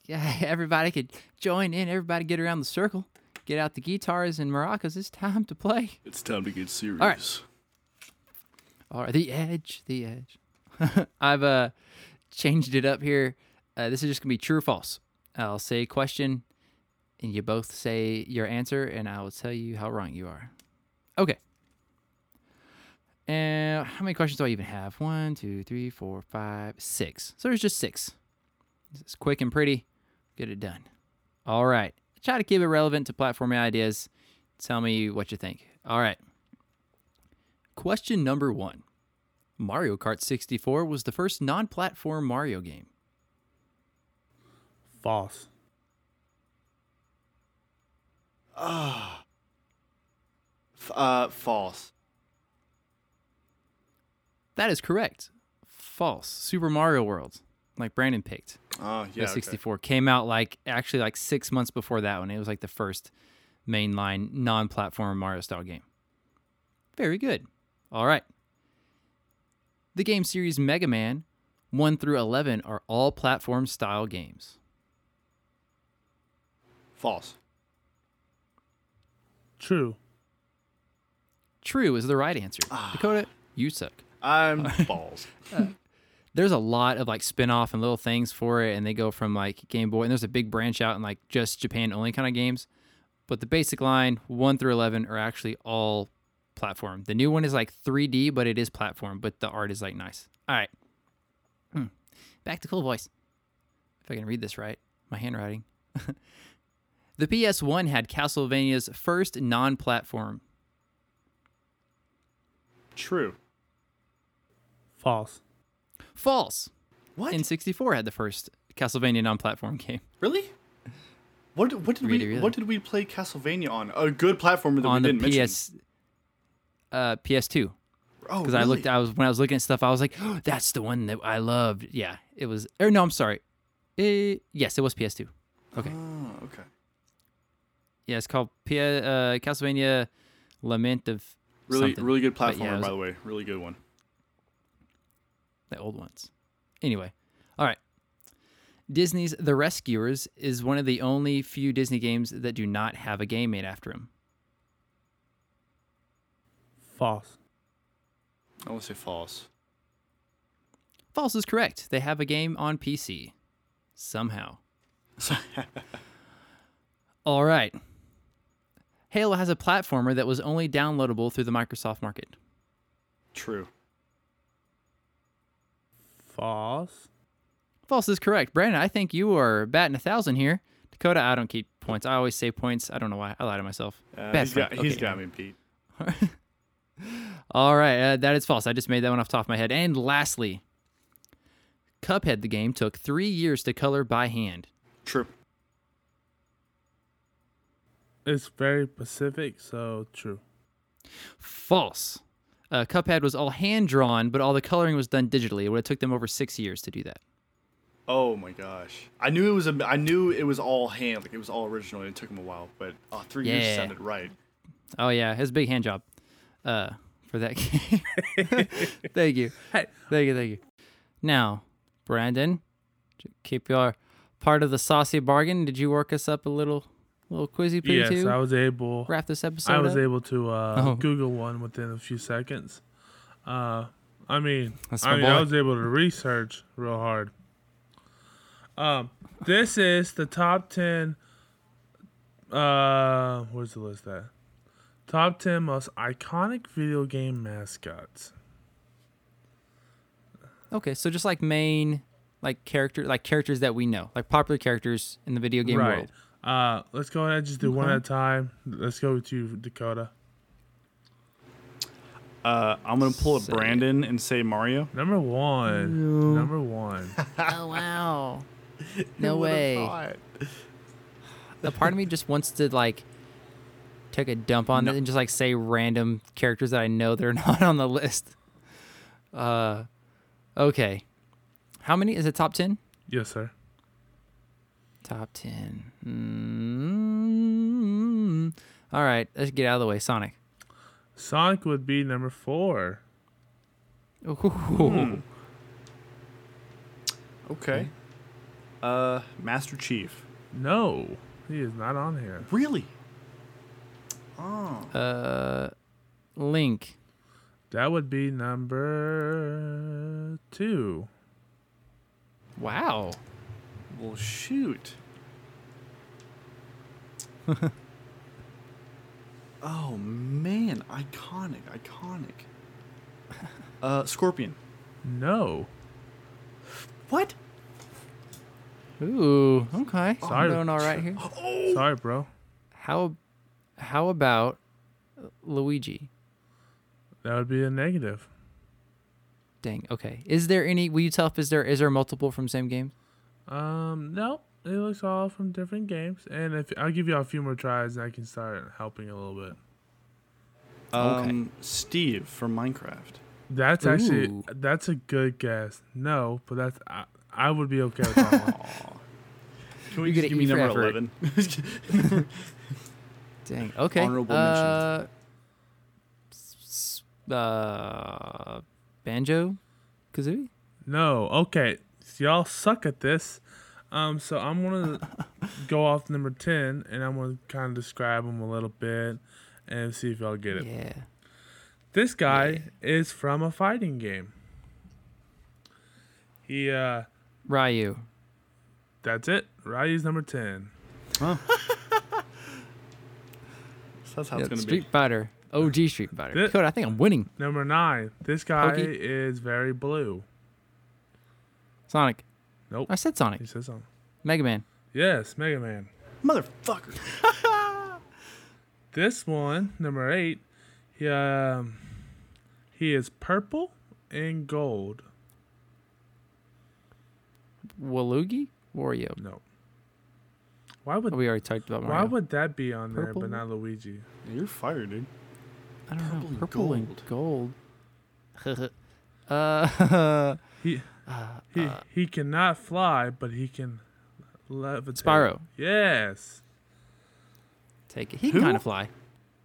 Speaker 1: yeah, everybody could join in. Everybody get around the circle. Get out the guitars and maracas. It's time to play.
Speaker 2: It's time to get serious.
Speaker 1: right. All right, the edge, the edge. I've uh changed it up here. Uh, this is just gonna be true or false. I'll say a question, and you both say your answer, and I will tell you how wrong you are. Okay. And how many questions do I even have? One, two, three, four, five, six. So there's just six. It's quick and pretty. Get it done. All right. Try to keep it relevant to platforming ideas. Tell me what you think. All right. Question number one Mario Kart 64 was the first non platform Mario game.
Speaker 4: False.
Speaker 5: Ah. F- uh, false.
Speaker 1: That is correct. False. Super Mario World, like Brandon picked.
Speaker 5: Oh
Speaker 1: the
Speaker 5: yeah. okay.
Speaker 1: 64 came out like actually like six months before that one. It was like the first mainline non platform Mario style game. Very good. All right. The game series Mega Man 1 through 11 are all platform style games.
Speaker 5: False.
Speaker 4: True.
Speaker 1: True is the right answer.
Speaker 5: Ah.
Speaker 1: Dakota, you suck.
Speaker 5: I'm balls.
Speaker 1: there's a lot of like spin-off and little things for it and they go from like game boy and there's a big branch out in like just japan only kind of games but the basic line 1 through 11 are actually all platform the new one is like 3d but it is platform but the art is like nice all right Hmm. back to cool voice if i can read this right my handwriting the ps1 had castlevania's first non-platform
Speaker 5: True.
Speaker 4: False.
Speaker 1: false
Speaker 5: What?
Speaker 1: n64 had the first castlevania non-platform game
Speaker 5: Really? What did, what did
Speaker 1: Really,
Speaker 5: we
Speaker 1: really.
Speaker 5: what did we play Castlevania on? A good platformer that
Speaker 1: on
Speaker 5: we
Speaker 1: the
Speaker 5: didn't mention.
Speaker 1: PS uh, PS2
Speaker 5: oh,
Speaker 1: because I looked I was when I was looking at stuff I was like oh, that's the one that I loved yeah it was or no I'm sorry Eh, yes it was PS2 okay
Speaker 5: Oh, okay.
Speaker 1: yeah it's called P- uh, Castlevania Lament of
Speaker 5: Really,
Speaker 1: something.
Speaker 5: really good
Speaker 1: But
Speaker 5: platformer,
Speaker 1: yeah, it was
Speaker 5: by the way. Really good one.
Speaker 1: the old ones anyway all right Disney's The Rescuers is one of the only few Disney games that do not have a game made after him
Speaker 4: False.
Speaker 5: I want to say false.
Speaker 1: false is correct they have a game on PC somehow All right. Halo has a platformer that was only downloadable through the Microsoft Market.
Speaker 5: True.
Speaker 4: False.
Speaker 1: False is correct. Brandon, I think you are batting a thousand here. Dakota, I don't keep points. I always say points. I don't know why. I lie to myself.
Speaker 5: Uh,
Speaker 1: Bad
Speaker 5: he's got,
Speaker 1: friend.
Speaker 5: he's
Speaker 1: Okay.
Speaker 5: got me, Pete.
Speaker 1: All right, uh, that is false. I just made that one off the top of my head. And lastly, Cuphead the game took three years to color by hand.
Speaker 5: True.
Speaker 4: It's very specific, so true.
Speaker 1: False. Uh, Cuphead was all hand drawn, but all the coloring was done digitally. It would have took them over six years to do that.
Speaker 5: Oh my gosh. I knew it was a. I knew it was all hand. Like it was all original. and It took him a while, but oh, three years
Speaker 1: Yeah.
Speaker 5: sounded right.
Speaker 1: Oh yeah, his big hand job uh, for that game. thank you, thank you, thank you. Now, Brandon, to keep your part of the saucy bargain. Did you work us up a little, little quizzy poo
Speaker 4: yes,
Speaker 1: too?
Speaker 4: I was able.
Speaker 1: Wrap this episode.
Speaker 4: I was
Speaker 1: up?
Speaker 4: able to uh,
Speaker 1: Oh.
Speaker 4: Google one within a few seconds. Uh, I mean,
Speaker 1: That's my
Speaker 4: I, mean I
Speaker 1: boy.
Speaker 4: was able to research real hard. Um, this is the top ten. Uh, where's the list at? Top ten most iconic video game mascots.
Speaker 1: Okay, so just like main, like character, like characters that we know, like popular characters in the video game world.
Speaker 4: Uh, let's go ahead and just do one at a time. Let's go to Dakota.
Speaker 6: Uh, I'm gonna pull up
Speaker 1: Say it.
Speaker 6: Brandon and say Mario.
Speaker 4: Number one. Number one.
Speaker 1: Oh wow. No
Speaker 7: Who would've
Speaker 1: way.
Speaker 7: thought?
Speaker 1: A part of me just wants to like take a dump on it and just like say random characters that I know that are not on the list. Uh okay. How many is it top 10?
Speaker 4: yes, sir.
Speaker 1: Top 10. Mm. All right, let's get out of the way. Sonic.
Speaker 4: Sonic would be number four.
Speaker 1: Ooh.
Speaker 6: Okay. Uh, Master Chief.
Speaker 4: No, he is not on here.
Speaker 6: Really?
Speaker 1: Link.
Speaker 4: That would be number two.
Speaker 1: Wow.
Speaker 6: Well, shoot. oh man, iconic, iconic. Uh, Scorpion.
Speaker 4: No.
Speaker 6: What?
Speaker 1: Ooh. Okay.
Speaker 4: Sorry.
Speaker 1: I'm doing all right here.
Speaker 4: Sorry, bro.
Speaker 1: How how about Luigi?
Speaker 4: That would be a negative.
Speaker 1: Dang. Okay. Is there any? Will you tell if is there is there multiple from same game?
Speaker 4: Um, no. It looks all from different games, and if I'll give you a few more tries, and I can start helping a little bit.
Speaker 6: Um, Steve from Minecraft.
Speaker 4: That's actually
Speaker 1: Ooh.
Speaker 4: that's a good guess. No, but that's I, I would be okay with that one.
Speaker 6: Can we
Speaker 1: You get
Speaker 6: just
Speaker 1: an
Speaker 6: give me
Speaker 1: E for
Speaker 6: number
Speaker 1: effort.
Speaker 6: eleven?
Speaker 1: Dang. Okay.
Speaker 6: Honorable
Speaker 1: uh, s- s- Uh, banjo, kazooie.
Speaker 4: No, okay. So y'all suck at this. Um, so I'm gonna go off number ten, and I'm gonna kind of describe him a little bit, and see if y'all get it.
Speaker 1: Yeah.
Speaker 4: This guy is from a fighting game. He, uh,
Speaker 1: Ryu.
Speaker 4: that's it. Ryu's number ten.
Speaker 6: So that's how
Speaker 1: Yeah,
Speaker 6: it's gonna
Speaker 1: Street
Speaker 6: be.
Speaker 1: Fighter. OG Street Fighter.
Speaker 4: Th-
Speaker 1: Code. I think I'm winning.
Speaker 4: Number nine. This guy
Speaker 1: Pokey.
Speaker 4: is very blue.
Speaker 1: Sonic.
Speaker 4: Nope.
Speaker 1: I said Sonic.
Speaker 4: He says something.
Speaker 1: Mega Man.
Speaker 4: Yes, Mega Man.
Speaker 6: Motherfucker.
Speaker 4: This one, number eight, he, um, he is purple and gold.
Speaker 1: Waluigi. Wario.
Speaker 4: No. Why would
Speaker 1: We already talked about Mario.
Speaker 4: why would that be on there
Speaker 1: Purple?
Speaker 4: but not Luigi?
Speaker 6: You're fired, dude.
Speaker 1: I don't
Speaker 6: Purple and
Speaker 1: know. Purple and gold. uh,
Speaker 4: He he, he cannot fly, but he can levitate.
Speaker 1: Spyro.
Speaker 4: Yes.
Speaker 1: take it. He can kind of fly.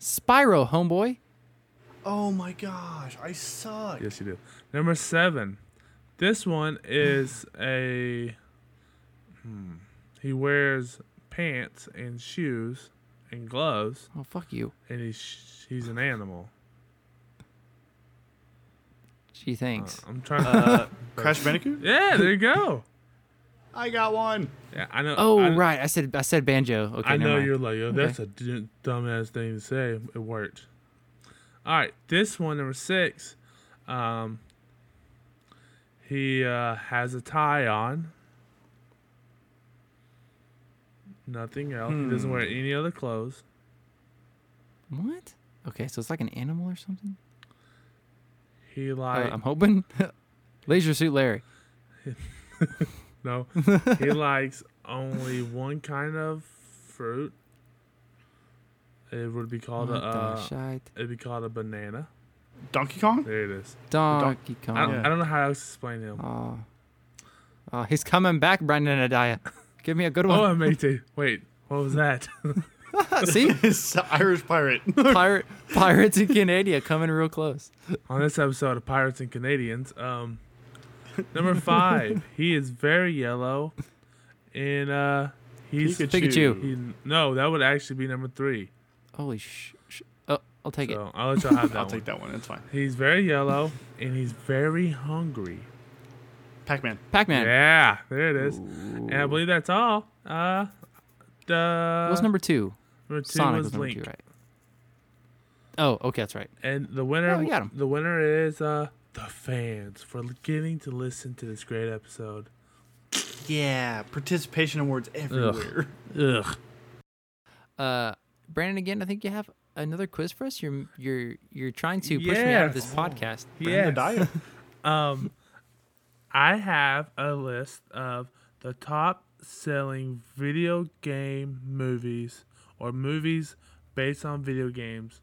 Speaker 1: Spyro, homeboy.
Speaker 6: Oh my gosh, I suck.
Speaker 4: Yes, you do. Number seven. This one is a. Hmm. He wears pants and shoes and gloves,
Speaker 1: Oh fuck you.
Speaker 4: and he's he's an animal.
Speaker 1: Gee, thanks.
Speaker 4: I'm trying. to...
Speaker 6: Uh, Crash Bandicoot.
Speaker 4: yeah, there you go.
Speaker 6: I got one.
Speaker 4: Yeah, I know.
Speaker 1: oh
Speaker 4: I,
Speaker 1: right, I said I said banjo. Okay,
Speaker 4: I
Speaker 1: never
Speaker 4: know
Speaker 1: mind.
Speaker 4: you're like, oh, that's a d- dumbass thing to say. It worked. All right, this one, number six. Um, he uh, has a tie on. Nothing else. He doesn't wear
Speaker 6: Hmm.
Speaker 4: any other clothes.
Speaker 1: what? Okay, so it's like an animal or something.
Speaker 4: He
Speaker 1: Uh,
Speaker 4: like
Speaker 1: I'm hoping. Laser suit Larry.
Speaker 4: no. he likes only one kind of fruit. It would be called a.
Speaker 1: What the
Speaker 4: Uh,
Speaker 1: shite?
Speaker 4: it'd be called a banana.
Speaker 6: Donkey Kong.
Speaker 4: There it is.
Speaker 1: Donkey
Speaker 4: I don't,
Speaker 1: Kong.
Speaker 4: I don't know how else to explain him.
Speaker 1: Oh. Oh, he's coming back, Brandon Adaya. Give me a good
Speaker 4: Oh,
Speaker 1: one.
Speaker 4: I made it. Wait, what was that?
Speaker 1: See,
Speaker 6: It's the Irish pirate.
Speaker 1: pirate, pirates in Canada coming real close.
Speaker 4: On this episode of Pirates and Canadians, um, number five, he is very yellow, and uh, he's
Speaker 1: Pikachu.
Speaker 4: He, no, that would actually be number three.
Speaker 1: Holy sh! sh- oh, I'll take it.
Speaker 4: So I'll let y'all have that
Speaker 6: I'll
Speaker 4: one.
Speaker 6: take that one. It's fine.
Speaker 4: He's very yellow and he's very hungry.
Speaker 6: Pac-Man.
Speaker 1: Pac-Man.
Speaker 4: Yeah, there it is. And I believe that's all. Uh, the
Speaker 1: What's number two?
Speaker 4: number two
Speaker 1: Sonic
Speaker 4: was,
Speaker 1: was number
Speaker 4: Link,
Speaker 1: two, right? Oh, okay, that's right.
Speaker 4: and the winner,
Speaker 1: Yeah, we got 'em.
Speaker 4: the winner is uh the fans for getting to listen to this great episode.
Speaker 6: Yeah, participation awards everywhere.
Speaker 4: Ugh.
Speaker 1: Uh, Brandon, again, I think you have another quiz for us. You're you're you're trying to push me out of this
Speaker 4: Yes.
Speaker 1: podcast.
Speaker 6: Brandon
Speaker 4: Yes.
Speaker 6: Diet.
Speaker 4: Um, I have a list of the top selling video game movies or movies based on video games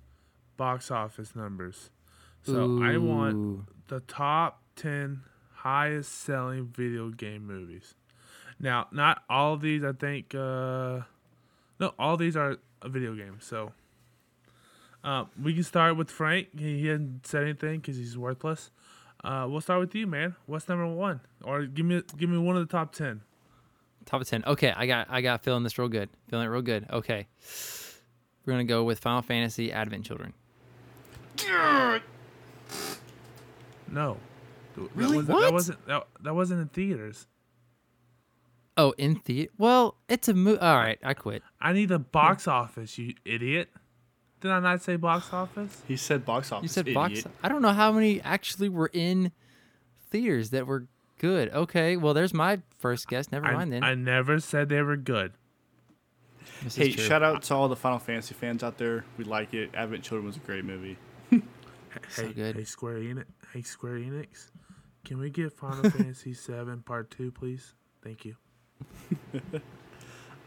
Speaker 4: box office numbers. So I want
Speaker 1: Ooh.
Speaker 4: the top 10 highest selling video game movies. Now, not all of these, I think, uh, no, all these are a video game. So uh, we can start with Frank. He, he hasn't said anything because he's worthless. Uh, we'll start with you, man. What's number one? Or give me give me one of the top ten.
Speaker 1: Top of ten. Okay, I got I got feeling this real good. Feeling it real good. Okay, we're gonna go with Final Fantasy Advent Children.
Speaker 4: No, Th- That wasn't,
Speaker 1: What?
Speaker 4: That wasn't that, that wasn't in theaters.
Speaker 1: Oh, in theater. Well, it's a movie. All right, I quit.
Speaker 4: I need the box office, you idiot. Did I not say box office?
Speaker 6: He said box office.
Speaker 1: You said box.
Speaker 6: idiot.
Speaker 1: I don't know how many actually were in theaters that were good. Okay, well, there's my first guess. Never
Speaker 4: I,
Speaker 1: mind then.
Speaker 4: I never said they were good.
Speaker 1: This is
Speaker 6: Hey,
Speaker 1: true.
Speaker 6: shout out to all the Final Fantasy fans out there. We like it. Advent Children was a great movie.
Speaker 4: hey,
Speaker 1: good.
Speaker 4: hey, Square Enix. Hey, Square Enix. Can we get Final Fantasy VII Part Two, please? Thank you.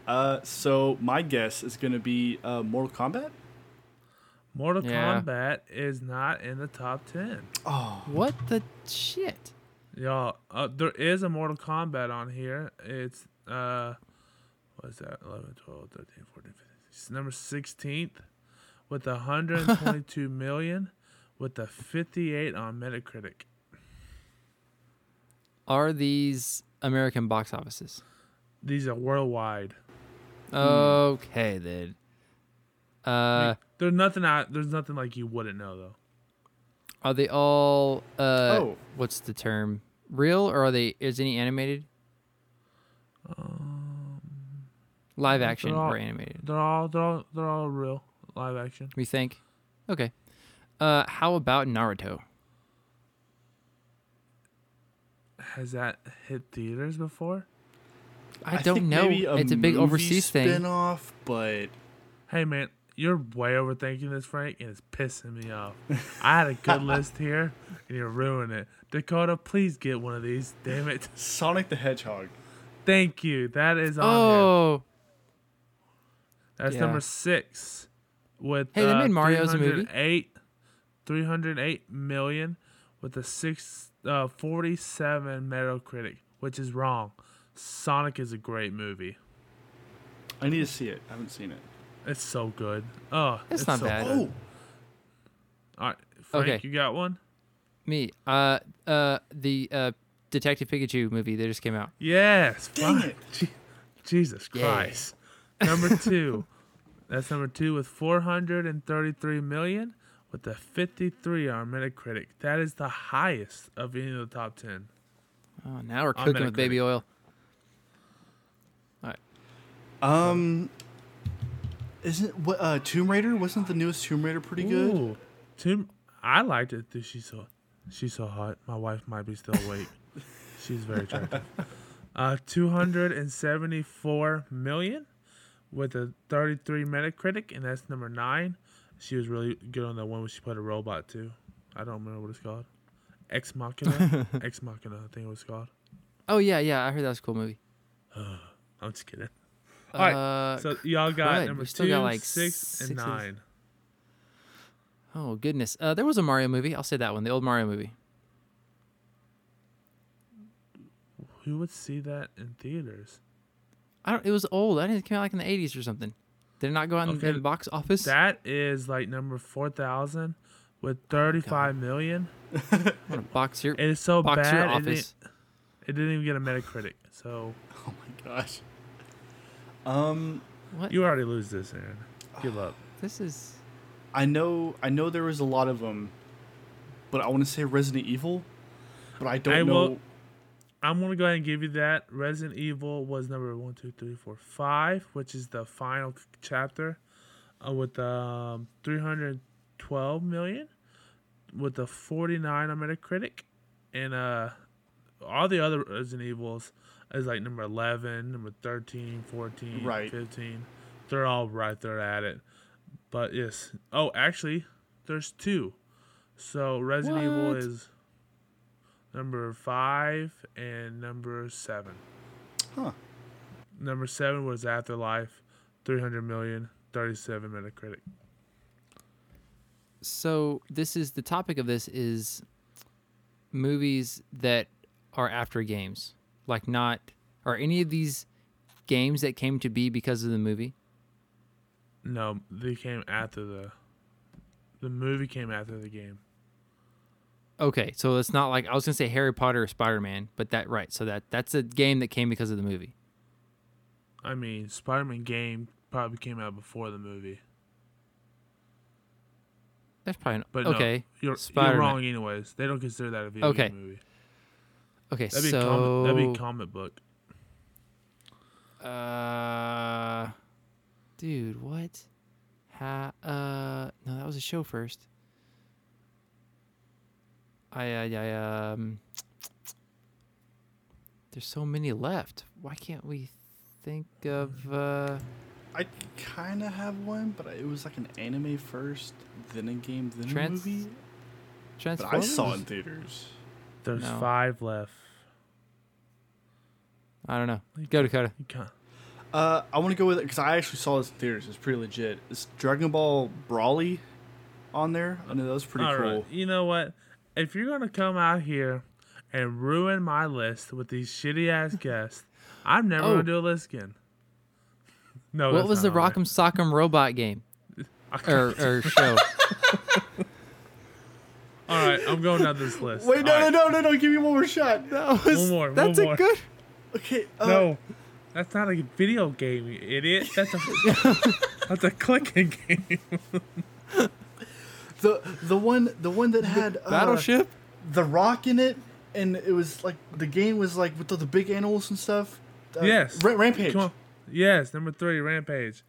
Speaker 6: Uh, so my guess is gonna be uh, Mortal Kombat.
Speaker 4: Mortal
Speaker 1: Yeah.
Speaker 4: Kombat is not in the top ten.
Speaker 6: Oh,
Speaker 1: What the shit?
Speaker 4: Y'all, uh, there is a Mortal Kombat on here. It's, uh, what's that? 11, 12, 13, 14, 15. It's number 16th with 122 million with a 58 on Metacritic.
Speaker 1: Are these American box offices?
Speaker 4: These are worldwide.
Speaker 1: Okay then. Uh,
Speaker 4: There's nothing out, there's nothing like you wouldn't know though.
Speaker 1: are they all? Uh,
Speaker 6: Oh.
Speaker 1: what's the term? Real or are they? Is any animated? Live action
Speaker 4: Um, all-
Speaker 1: or animated?
Speaker 4: They're all they're all they're all real live action.
Speaker 1: We think. Okay. Uh, how about Naruto?
Speaker 4: Has that hit theaters before?
Speaker 1: I, don't know. it's a big overseas thing.
Speaker 6: off but
Speaker 4: Hey man, you're way overthinking this, Frank, and it's pissing me off. I had a good list here, and you're ruining it. Dakota, please get one of these. Damn it!
Speaker 6: Sonic the Hedgehog.
Speaker 4: Thank you. That is on here.
Speaker 1: Oh,
Speaker 4: That's
Speaker 1: yeah.
Speaker 4: number six. With
Speaker 1: Hey, they
Speaker 4: uh,
Speaker 1: made Mario's a movie.
Speaker 4: 308 308 million with a six uh, 47 Metacritic, which is wrong. Sonic is a great movie.
Speaker 6: I need to see it. I haven't seen it.
Speaker 4: It's so good. Oh,
Speaker 1: It's not
Speaker 4: so
Speaker 1: bad.
Speaker 4: good.
Speaker 6: Oh,
Speaker 4: All right, Frank,
Speaker 1: Okay.
Speaker 4: you got one?
Speaker 1: me. Uh, uh, the uh, Detective Pikachu movie that just came out.
Speaker 4: Yes.
Speaker 6: Dang
Speaker 4: fuck.
Speaker 6: it.
Speaker 4: Je- Jesus Christ. Number two. That's number two with 433 million with a 53 on Metacritic. That is the highest of any of the top 10.
Speaker 1: Oh, now we're
Speaker 4: On
Speaker 1: cooking with baby
Speaker 4: Metacritic.
Speaker 1: oil.
Speaker 6: um, isn't what uh, Tomb Raider? Wasn't the newest Tomb Raider pretty good?
Speaker 4: Ooh. Tomb- I liked it. Dude, she's so, she's so hot. My wife might be still awake. she's very attractive. Uh, 274 million with a 33 Metacritic, and that's number nine. She was really good on that one where she played a robot too. I don't remember what it's called. Ex Machina. Ex Machina, I think it was called.
Speaker 1: Oh yeah, yeah. I heard that was a cool movie.
Speaker 4: I'm just kidding. All right,
Speaker 1: Uh,
Speaker 4: so y'all got
Speaker 1: crud.
Speaker 4: number
Speaker 1: We still
Speaker 4: two,
Speaker 1: got, like,
Speaker 4: six, and
Speaker 1: sixes.
Speaker 4: nine.
Speaker 1: oh goodness. Uh, there was a Mario movie. I'll say that one. The old Mario movie.
Speaker 4: Who would see that in theaters?
Speaker 1: I don't. It was old. I think it came out like in the '80s or something. Did it not go out in,
Speaker 4: Okay,
Speaker 1: in the box office?
Speaker 4: That is like number four thousand
Speaker 1: Oh
Speaker 4: with thirty-five million.
Speaker 1: box your
Speaker 4: It is so
Speaker 1: box your
Speaker 4: bad. It
Speaker 1: office.
Speaker 4: didn't, it didn't even get a Metacritic. So
Speaker 6: Oh my gosh. Um,
Speaker 1: What?
Speaker 4: you already lose this, Aaron. Give up.
Speaker 1: this is.
Speaker 6: I know, I know there was a lot of them, but I want to say Resident Evil, but I don't
Speaker 4: I
Speaker 6: know.
Speaker 4: will- I'm gonna go ahead and give you that. Resident Evil was number one, two, three, four, five, which is the final c- chapter, uh, with um 312 million, with a 49 on Metacritic, and uh, all the other Resident Evils is like number 11, number 13, 14,
Speaker 6: Right.
Speaker 4: 15. They're all right there at it. But yes. Oh, actually, there's two. So Resident Evil
Speaker 1: What?
Speaker 4: is number five and number seven.
Speaker 5: Huh.
Speaker 4: Number seven was Afterlife, 300 million, 37 Metacritic.
Speaker 1: so this is the topic of this is movies that are after games like not are any of these games that came to be because of the movie
Speaker 4: No, they came after the. The movie came after the game.
Speaker 1: okay so it's not like i was gonna say harry potter or spider-man but that right so that that's a game that came because of the movie
Speaker 4: I mean, Spider Man game probably came out before the movie.
Speaker 1: that's probably not,
Speaker 4: But
Speaker 1: okay
Speaker 4: no, you're,
Speaker 1: Spider-Man.
Speaker 4: you're wrong, anyways. They don't consider that a video
Speaker 1: Okay.
Speaker 4: game movie.
Speaker 1: okay
Speaker 4: That'd be,
Speaker 1: so
Speaker 4: a comic, that'd be a comic book.
Speaker 1: Uh, dude, what? Ha, uh, no, that was a show first. I, I, I, um, there's so many left. Why can't we think of, uh,
Speaker 6: I kind of have one, but it was like an anime first, then a game, then
Speaker 1: Trans-
Speaker 6: a movie. But I
Speaker 1: Transformers?
Speaker 6: saw it in theaters.
Speaker 4: There's
Speaker 1: No.
Speaker 4: five left.
Speaker 1: I don't know. Go, Dakota.
Speaker 4: You can't.
Speaker 6: Uh, I want to go with it because I actually saw this in theaters. It's pretty legit. It's Dragon Ball Brawly on there. I know that was pretty
Speaker 4: All right.
Speaker 6: cool.
Speaker 4: You know what? If you're gonna come out here and ruin my list with these shitty ass guests, I'm never
Speaker 1: Oh.
Speaker 4: gonna do a list again. No.
Speaker 1: What
Speaker 4: that's
Speaker 1: was the
Speaker 4: not on
Speaker 1: Rock'em Sock'em Robot game?
Speaker 4: there.
Speaker 1: Or, or show?
Speaker 4: All right, I'm going down this list.
Speaker 6: Wait, no,
Speaker 4: All right,
Speaker 6: no, no, no, no! Give me one more shot. No.
Speaker 4: One more.
Speaker 1: That's
Speaker 4: one
Speaker 1: a
Speaker 4: more.
Speaker 1: good.
Speaker 6: Okay. Uh,
Speaker 4: No, that's not a video game, you idiot. That's a that's a clicking game.
Speaker 6: The the one the one that had uh,
Speaker 1: Battleship?
Speaker 6: the Rock in it, and it was like the game was like with all the big animals and stuff. Uh,
Speaker 4: yes.
Speaker 6: Ra- Rampage.
Speaker 4: Come on. Yes, number three, Rampage.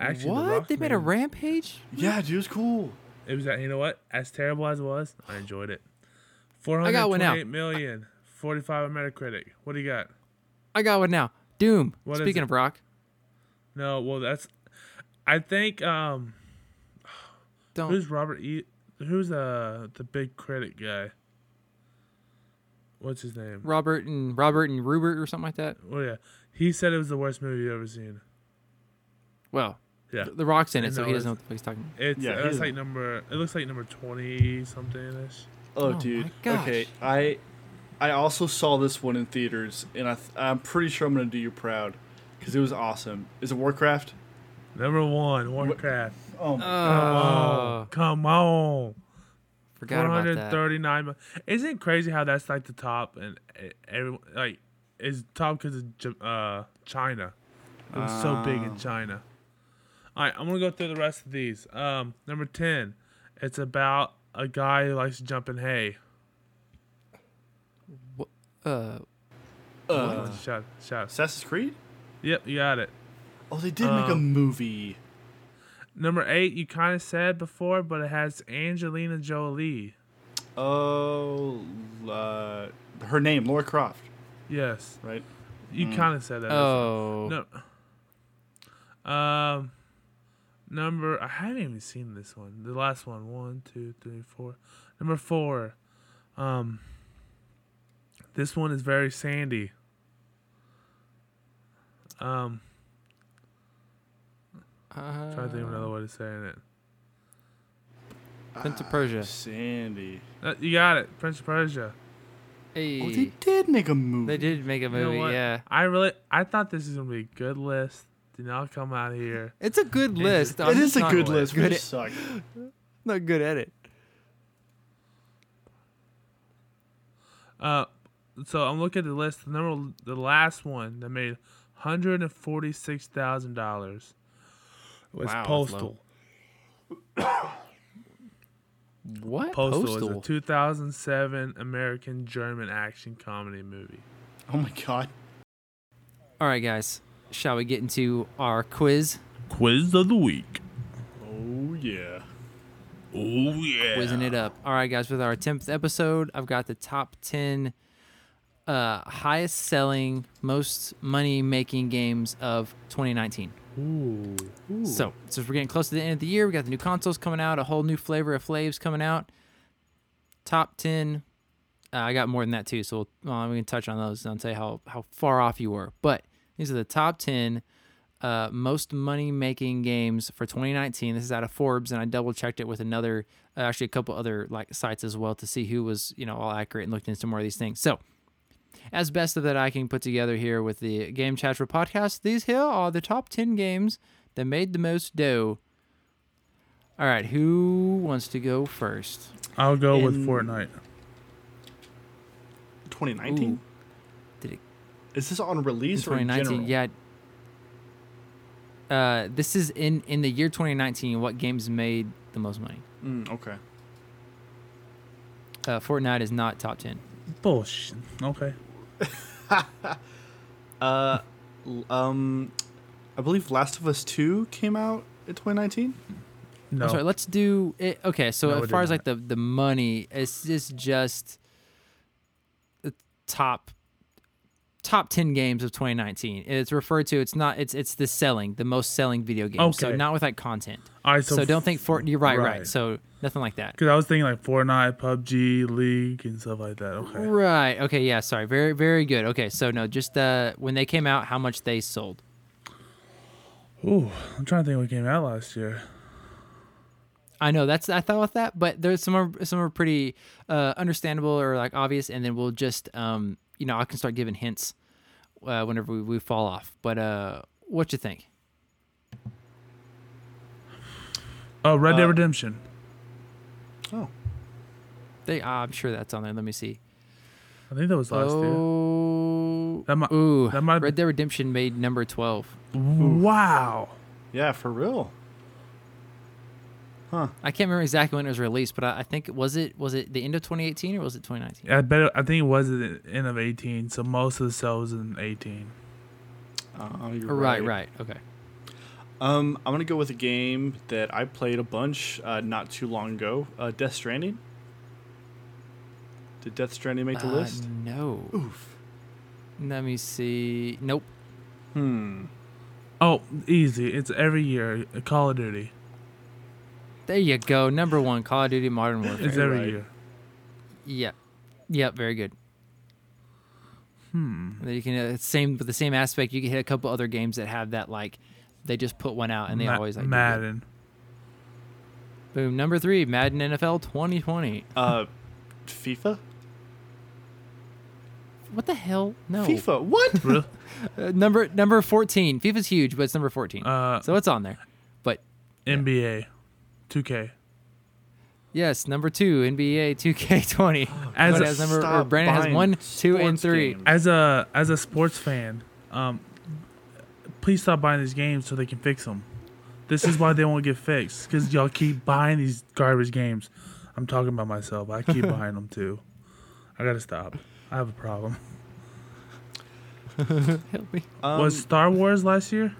Speaker 4: Actually, The
Speaker 1: What?
Speaker 4: Rock
Speaker 1: They made a
Speaker 4: made-
Speaker 1: rampage?
Speaker 6: Yeah, dude, it was cool.
Speaker 4: It was that you know what? As terrible as it was, I enjoyed it. Four
Speaker 1: I
Speaker 4: hundred
Speaker 1: got one now.
Speaker 4: twenty-eight million, forty-five on Metacritic. What do you got?
Speaker 1: I got one now. Doom.
Speaker 4: What is
Speaker 1: Speaking
Speaker 4: it?
Speaker 1: of rock,
Speaker 4: No, well that's. I think um,
Speaker 1: don't.
Speaker 4: who's Robert E? Who's uh the big critic guy? What's his name?
Speaker 1: Robert and Robert and Rupert or something like that.
Speaker 4: Oh yeah, he said it was the worst movie you've ever seen.
Speaker 1: Well,
Speaker 4: Yeah,
Speaker 1: th- the rock's in it, so
Speaker 4: No,
Speaker 1: he doesn't know what
Speaker 4: it's-
Speaker 1: the fuck he's talking. about.
Speaker 4: it's
Speaker 6: Yeah,
Speaker 4: it
Speaker 6: he
Speaker 4: looks
Speaker 6: doesn't-
Speaker 4: like number it looks like number twenty something ish.
Speaker 1: Oh
Speaker 6: Oh,
Speaker 1: my
Speaker 6: dude.
Speaker 1: gosh.
Speaker 6: Okay, I I also saw this one in theaters, and I th- I'm pretty sure I'm gonna do you proud because it was awesome. Is it Warcraft?
Speaker 4: Number one, Warcraft.
Speaker 6: Oh, my
Speaker 1: Oh,
Speaker 4: Come on.
Speaker 1: forgot
Speaker 4: One
Speaker 1: about
Speaker 4: hundred
Speaker 1: that.
Speaker 4: thirty-nine. Isn't it crazy how that's like the top and e- everyone like is top because of J- uh, China. It was so big in China. All right, I'm gonna go through the rest of these. Um, number ten, it's about a guy who likes to jump in hay.
Speaker 1: Uh,
Speaker 6: uh,
Speaker 4: Shout, shout.
Speaker 6: Assassin's Creed.
Speaker 4: Yep, you got it.
Speaker 6: Oh, they did make a movie.
Speaker 4: Number eight, you kind of said before, but it has Angelina Jolie.
Speaker 6: Oh, uh, her name Laura Croft,
Speaker 4: Yes,
Speaker 6: right?
Speaker 4: you kind of said that.
Speaker 1: oh,
Speaker 4: No. Um, number I haven't even seen this one. The last one. One, two, three, four. Number four. Um. This one is very sandy. Um,
Speaker 1: uh,
Speaker 4: trying to think of another way to say it.
Speaker 1: Prince of Persia.
Speaker 6: Sandy.
Speaker 4: Uh, you got it, Prince of Persia.
Speaker 1: Hey,
Speaker 6: Oh, they
Speaker 1: they,
Speaker 6: did make a movie.
Speaker 1: did make a
Speaker 4: You know
Speaker 1: movie.
Speaker 4: what?
Speaker 1: yeah,
Speaker 4: I really, I thought this is gonna be a good list. Did not come out here.
Speaker 1: it's a good list. I'm
Speaker 6: It
Speaker 1: just
Speaker 6: is a
Speaker 1: not
Speaker 6: good list. We
Speaker 1: Good
Speaker 6: just suck.
Speaker 1: not good at it.
Speaker 4: Uh, so I'm looking at the list. The number, the last one that made hundred and forty six thousand dollars was
Speaker 1: Wow, that's
Speaker 4: Postal.
Speaker 1: low. What?
Speaker 4: Postal. is a 2007 American German action comedy movie.
Speaker 6: Oh my god.
Speaker 1: All right, guys, shall we get into our quiz?
Speaker 4: Quiz of the week.
Speaker 6: Oh yeah.
Speaker 4: Oh yeah.
Speaker 1: Whizzing it up. All right, guys, with our 10th episode, I've got the top 10 uh, highest selling, most money making games of 2019.
Speaker 4: Ooh. Ooh.
Speaker 1: So, since we're getting close to the end of the year, we got the new consoles coming out, a whole new flavor of flaves coming out. Top ten. Uh, I got more than that too, so we'll, well, we can touch on those and I'll tell you how how far off you were. But these are the top ten uh, most money making games for 2019. This is out of Forbes, and I double checked it with another, uh, actually a couple other like sites as well to see who was you know all accurate and looked into more of these things. So, as best of that I can put together here with the Game Chat for podcast, these here are the top 10 games that made the most dough. All right, who wants to go first?
Speaker 4: I'll go with
Speaker 6: In-
Speaker 4: Fortnite.
Speaker 6: 2019.
Speaker 1: Did it
Speaker 6: Is this on
Speaker 1: in
Speaker 6: release or in
Speaker 1: 2019?
Speaker 6: general?
Speaker 1: Yeah. Uh, this is in in the year 2019. What games made the most money?
Speaker 6: Mm, okay.
Speaker 1: Uh, Fortnite is not top 10.
Speaker 4: Bullshit. Okay.
Speaker 6: Uh, l- um, I believe Last of Us 2 came out in 2019.
Speaker 4: No.
Speaker 1: I'm sorry. Let's do it. Okay, so
Speaker 4: No, it
Speaker 1: as
Speaker 4: did
Speaker 1: far as
Speaker 4: not.
Speaker 1: like the the money, it's just just the top top ten games of 2019. It's referred to. It's not. It's it's the selling, the most selling video game. So
Speaker 4: Okay.
Speaker 1: not with like content.
Speaker 4: All right.
Speaker 1: So,
Speaker 4: So,
Speaker 1: don't think Fortnite. You're right, right,
Speaker 4: right.
Speaker 1: So nothing like that.
Speaker 4: Because I was thinking like Fortnite, PUBG, League, and stuff like that. Okay.
Speaker 1: Right. Okay. Yeah. Sorry. Very very good. Okay. So no, just uh when they came out, how much they sold.
Speaker 4: Ooh, I'm trying to think what came out last year.
Speaker 1: I know that's I thought with that, but there's some are some are pretty uh, understandable or like obvious, and then we'll just um you know I can start giving hints uh, whenever we, we fall off. But uh, what you think?
Speaker 4: Oh, Red Dead
Speaker 6: Uh,
Speaker 4: Redemption.
Speaker 6: Oh.
Speaker 1: They uh, I'm sure that's on there. Let me see.
Speaker 4: I think that was last year.
Speaker 1: Oh,
Speaker 4: That might-
Speaker 1: ooh,
Speaker 4: that might-
Speaker 1: Red Dead Redemption made number twelve.
Speaker 4: Wow.
Speaker 6: Yeah, for real.
Speaker 1: I can't remember exactly when it was released, but I, I think was it was it the end of 2018 or was it 2019?
Speaker 4: I bet. I think it was at the end of 18. So most of the sale was in 18.
Speaker 6: Uh, you're
Speaker 1: Right, right, okay.
Speaker 6: Um, I'm gonna go with a game that I played a bunch uh, not too long ago. Uh, Death Stranding. Did Death Stranding make the
Speaker 1: Uh,
Speaker 6: list?
Speaker 1: no,
Speaker 6: Oof.
Speaker 1: let me see. Nope.
Speaker 6: Hmm.
Speaker 4: Oh, easy. It's every year. Call of Duty.
Speaker 1: There you go. Number one, Call of Duty Modern Warfare.
Speaker 4: It's every
Speaker 6: right.
Speaker 4: year.
Speaker 1: Yep. Yep. Very good. Hmm. Then you can uh, same with the same aspect. You can hit a couple other games that have that like they just put one out and they
Speaker 4: Ma-
Speaker 1: always like do good.
Speaker 4: Madden.
Speaker 1: Boom. Number three, Madden NFL 2020.
Speaker 6: Uh, FIFA.
Speaker 1: What the hell? No.
Speaker 6: FIFA. What?
Speaker 4: Really?
Speaker 1: Uh, number number 14. FIFA's huge, but it's number 14.
Speaker 4: Uh,
Speaker 1: so it's on there. But
Speaker 4: NBA, 2K.
Speaker 1: yes, number two, NBA 2K20.
Speaker 4: As
Speaker 1: But
Speaker 4: a-
Speaker 1: has number or
Speaker 6: Stop
Speaker 1: Brandon has
Speaker 6: buying
Speaker 1: one, two, and
Speaker 6: sports
Speaker 1: three.
Speaker 6: games.
Speaker 4: As a as a sports fan, um, please stop buying these games so they can fix them. This is why they won't get fixed because y'all keep buying these garbage games. I'm talking about myself. I keep buying them too. I gotta stop. I have a problem.
Speaker 1: Help me.
Speaker 6: Um,
Speaker 4: was Star Wars last year?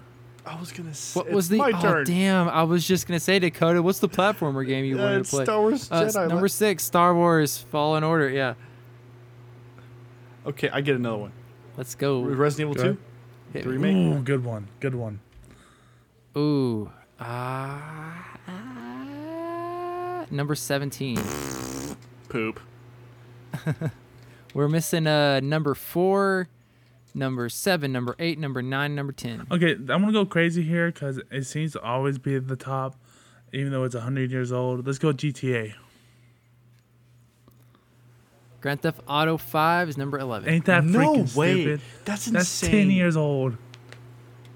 Speaker 6: I was gonna. Say,
Speaker 1: What was the?
Speaker 6: my
Speaker 1: oh
Speaker 6: turn.
Speaker 1: damn! I was just gonna say Dakota. What's the platformer game you
Speaker 6: Yeah,
Speaker 1: wanted to
Speaker 6: it's
Speaker 1: play?
Speaker 6: Star Wars
Speaker 1: Uh, s-
Speaker 6: Jedi.
Speaker 1: number
Speaker 6: What-
Speaker 1: six, Star Wars Fallen Order. Yeah,
Speaker 6: Okay, I get another one.
Speaker 1: let's go.
Speaker 6: Resident
Speaker 4: Go
Speaker 6: Evil
Speaker 4: ahead.
Speaker 6: 2.
Speaker 1: Hit
Speaker 6: The
Speaker 1: me.
Speaker 6: remake.
Speaker 4: Ooh, good one. Good one.
Speaker 1: Ooh, ah, ah, number seventeen.
Speaker 6: Poop.
Speaker 1: We're missing uh number four, number seven, number eight, number nine, number ten.
Speaker 4: Okay, I'm gonna go crazy here because it seems to always be at the top, even though it's 100 years old. Let's go GTA.
Speaker 1: Grand Theft Auto Five is number eleven.
Speaker 4: Ain't that
Speaker 6: no way.
Speaker 4: freaking stupid?
Speaker 6: That's insane.
Speaker 4: That's 10 years old.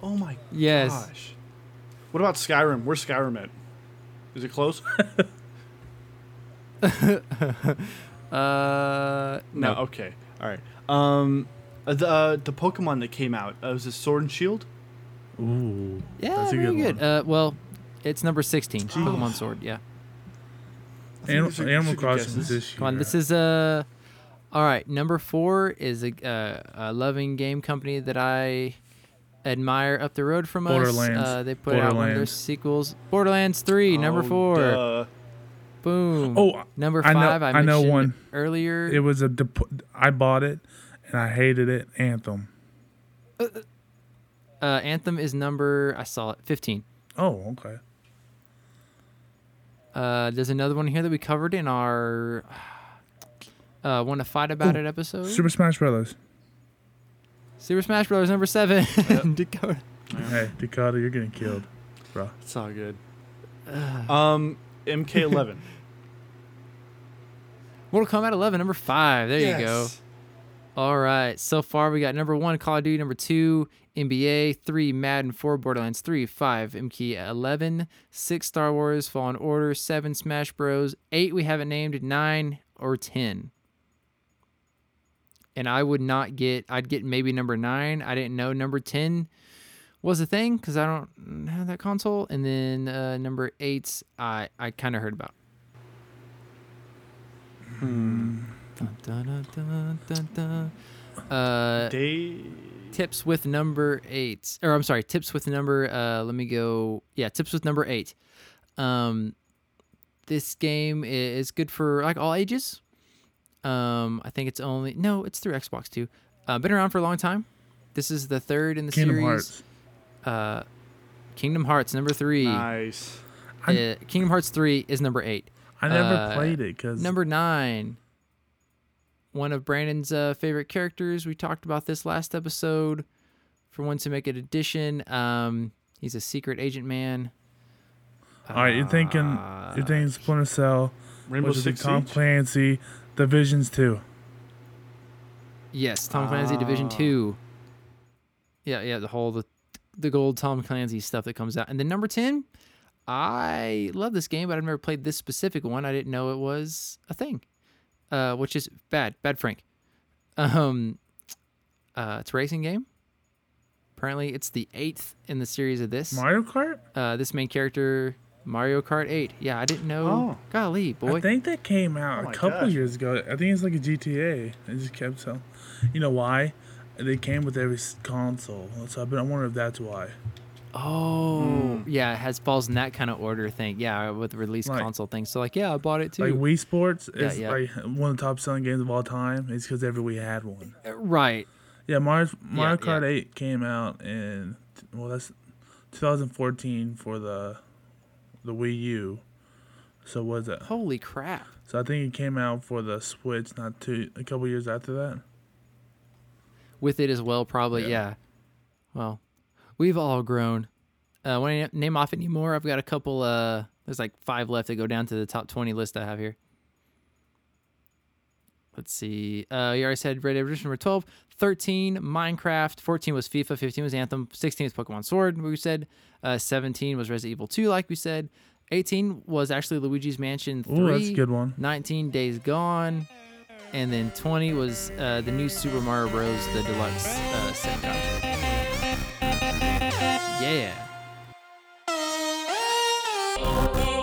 Speaker 6: Oh my
Speaker 1: Yes.
Speaker 6: gosh. What about Skyrim? Where's Skyrim at? Is it close?
Speaker 1: Uh,
Speaker 6: No. Okay. All right. Um, uh, the uh, the Pokemon that came out uh, was it Sword and Shield?
Speaker 4: Ooh.
Speaker 1: Yeah,
Speaker 4: That's a
Speaker 1: very
Speaker 4: good
Speaker 1: good. Uh, well, it's number sixteen. Pokemon Sword. Yeah.
Speaker 4: Animal,
Speaker 6: these are- these
Speaker 4: Animal
Speaker 6: are good
Speaker 4: Crossing
Speaker 6: guesses.
Speaker 4: this year.
Speaker 1: Come on, this is a. All right, number four is a, uh, a loving game company that I admire up the road from us.
Speaker 4: Borderlands.
Speaker 1: Uh, they put out one of their
Speaker 4: Borderlands.
Speaker 1: sequels. Borderlands Three, number
Speaker 6: Oh,
Speaker 1: four.
Speaker 6: duh.
Speaker 1: Boom.
Speaker 4: Oh,
Speaker 1: number
Speaker 4: I know-
Speaker 1: five. I,
Speaker 4: I know
Speaker 1: mentioned
Speaker 4: one.
Speaker 1: earlier.
Speaker 4: It was a. Dep- I bought it, and I hated it. Anthem.
Speaker 1: Uh, Anthem is number I saw it fifteen.
Speaker 4: Oh, okay.
Speaker 1: Uh, there's another one here that we covered in our uh, "Want to Fight About It" episode.
Speaker 4: Super Smash Brothers.
Speaker 1: Super Smash Bros. number seven. Dakota.
Speaker 4: Hey, Dakota, you're getting killed, bro.
Speaker 6: It's all good. Um, MK11.
Speaker 1: Mortal Kombat 11, number five. There you go. All right. So far, we got number one, Call of Duty. Number two, NBA. Three, Madden. Four, Borderlands. Three, five, MK 11. Six, Star Wars Fallen Order. Seven, Smash Bros. Eight, we haven't named. Nine or ten. And I would not get. I'd get maybe number nine. I didn't know number ten was a thing because I don't have that console. And then uh, number eight, I I kind of heard about. Dun, dun, dun, dun, dun, dun. Uh,
Speaker 6: Day.
Speaker 1: tips with number eight or i'm sorry tips with number uh let me go yeah tips with number eight um this game i- is good for like all ages um i think it's only no it's through xbox too uh been around for a long time this is the third in the
Speaker 4: Kingdom
Speaker 1: series uh
Speaker 4: Hearts.
Speaker 1: kingdom hearts number three
Speaker 6: Nice.
Speaker 1: uh, kingdom hearts three is number eight
Speaker 4: I never
Speaker 1: uh,
Speaker 4: played it because
Speaker 1: Number nine, one of Brandon's uh, favorite characters. We talked about this last episode. For one to make an addition, um, he's a secret agent man.
Speaker 4: All right, you're thinking
Speaker 1: Uh,
Speaker 4: you're thinking Splinter Cell,
Speaker 6: Rainbow
Speaker 4: which is the
Speaker 6: Six
Speaker 4: Tom
Speaker 6: Siege?
Speaker 4: Clancy, The Visions too.
Speaker 1: Yes, Tom Clancy Division
Speaker 4: Oh.
Speaker 1: Two. Yeah, yeah, the whole the the gold Tom Clancy stuff that comes out, and then number ten. I love this game, but I've never played this specific one. I didn't know it was a thing, uh, which is bad, bad Frank. Um, uh, it's a racing game. Apparently, it's the eighth in the series of this.
Speaker 4: Mario Kart?
Speaker 1: uh, this main character, Mario Kart Eight. Yeah, I didn't know.
Speaker 6: Oh.
Speaker 1: Golly, boy.
Speaker 4: I think that came out
Speaker 6: Oh my
Speaker 4: a couple
Speaker 6: gosh.
Speaker 4: years ago. I think it's like a GTA. It just kept selling. You know why? They came with every s- console, so I've been. I wonder if that's why.
Speaker 1: Oh, yeah, it has falls in that kind of order thing. Yeah, uh, with the release
Speaker 4: Mm. Right.
Speaker 1: console thing. So like, yeah, I bought it too.
Speaker 4: Like Wii Sports is
Speaker 1: yeah.
Speaker 4: like one of the top selling games of all time. It's because every Wii had one.
Speaker 1: right.
Speaker 4: Yeah, Mario, Mario
Speaker 1: yeah.
Speaker 4: Kart 8 came out in well, that's 2014 for the the Wii U. So was it?
Speaker 1: Holy crap.
Speaker 4: So I think it came out for the Switch, not too a couple years after that.
Speaker 1: With it as well, probably. Yeah. Well, we've all grown. Uh, when I na- name off any more, I've got a couple. Uh, there's like five left that go down to the top 20 list I have here. Let's see. Uh, you already said Red Dead Redemption number 12, 13, Minecraft, 14 was FIFA, 15 was Anthem, 16 was Pokemon Sword, we said. Uh, 17 was Resident Evil 2, like we said. 18 was actually Luigi's Mansion 3.
Speaker 4: Ooh, that's a good one.
Speaker 1: 19 Days Gone. And then 20 was uh, the new Super Mario Bros. The Deluxe uh, set. Yeah.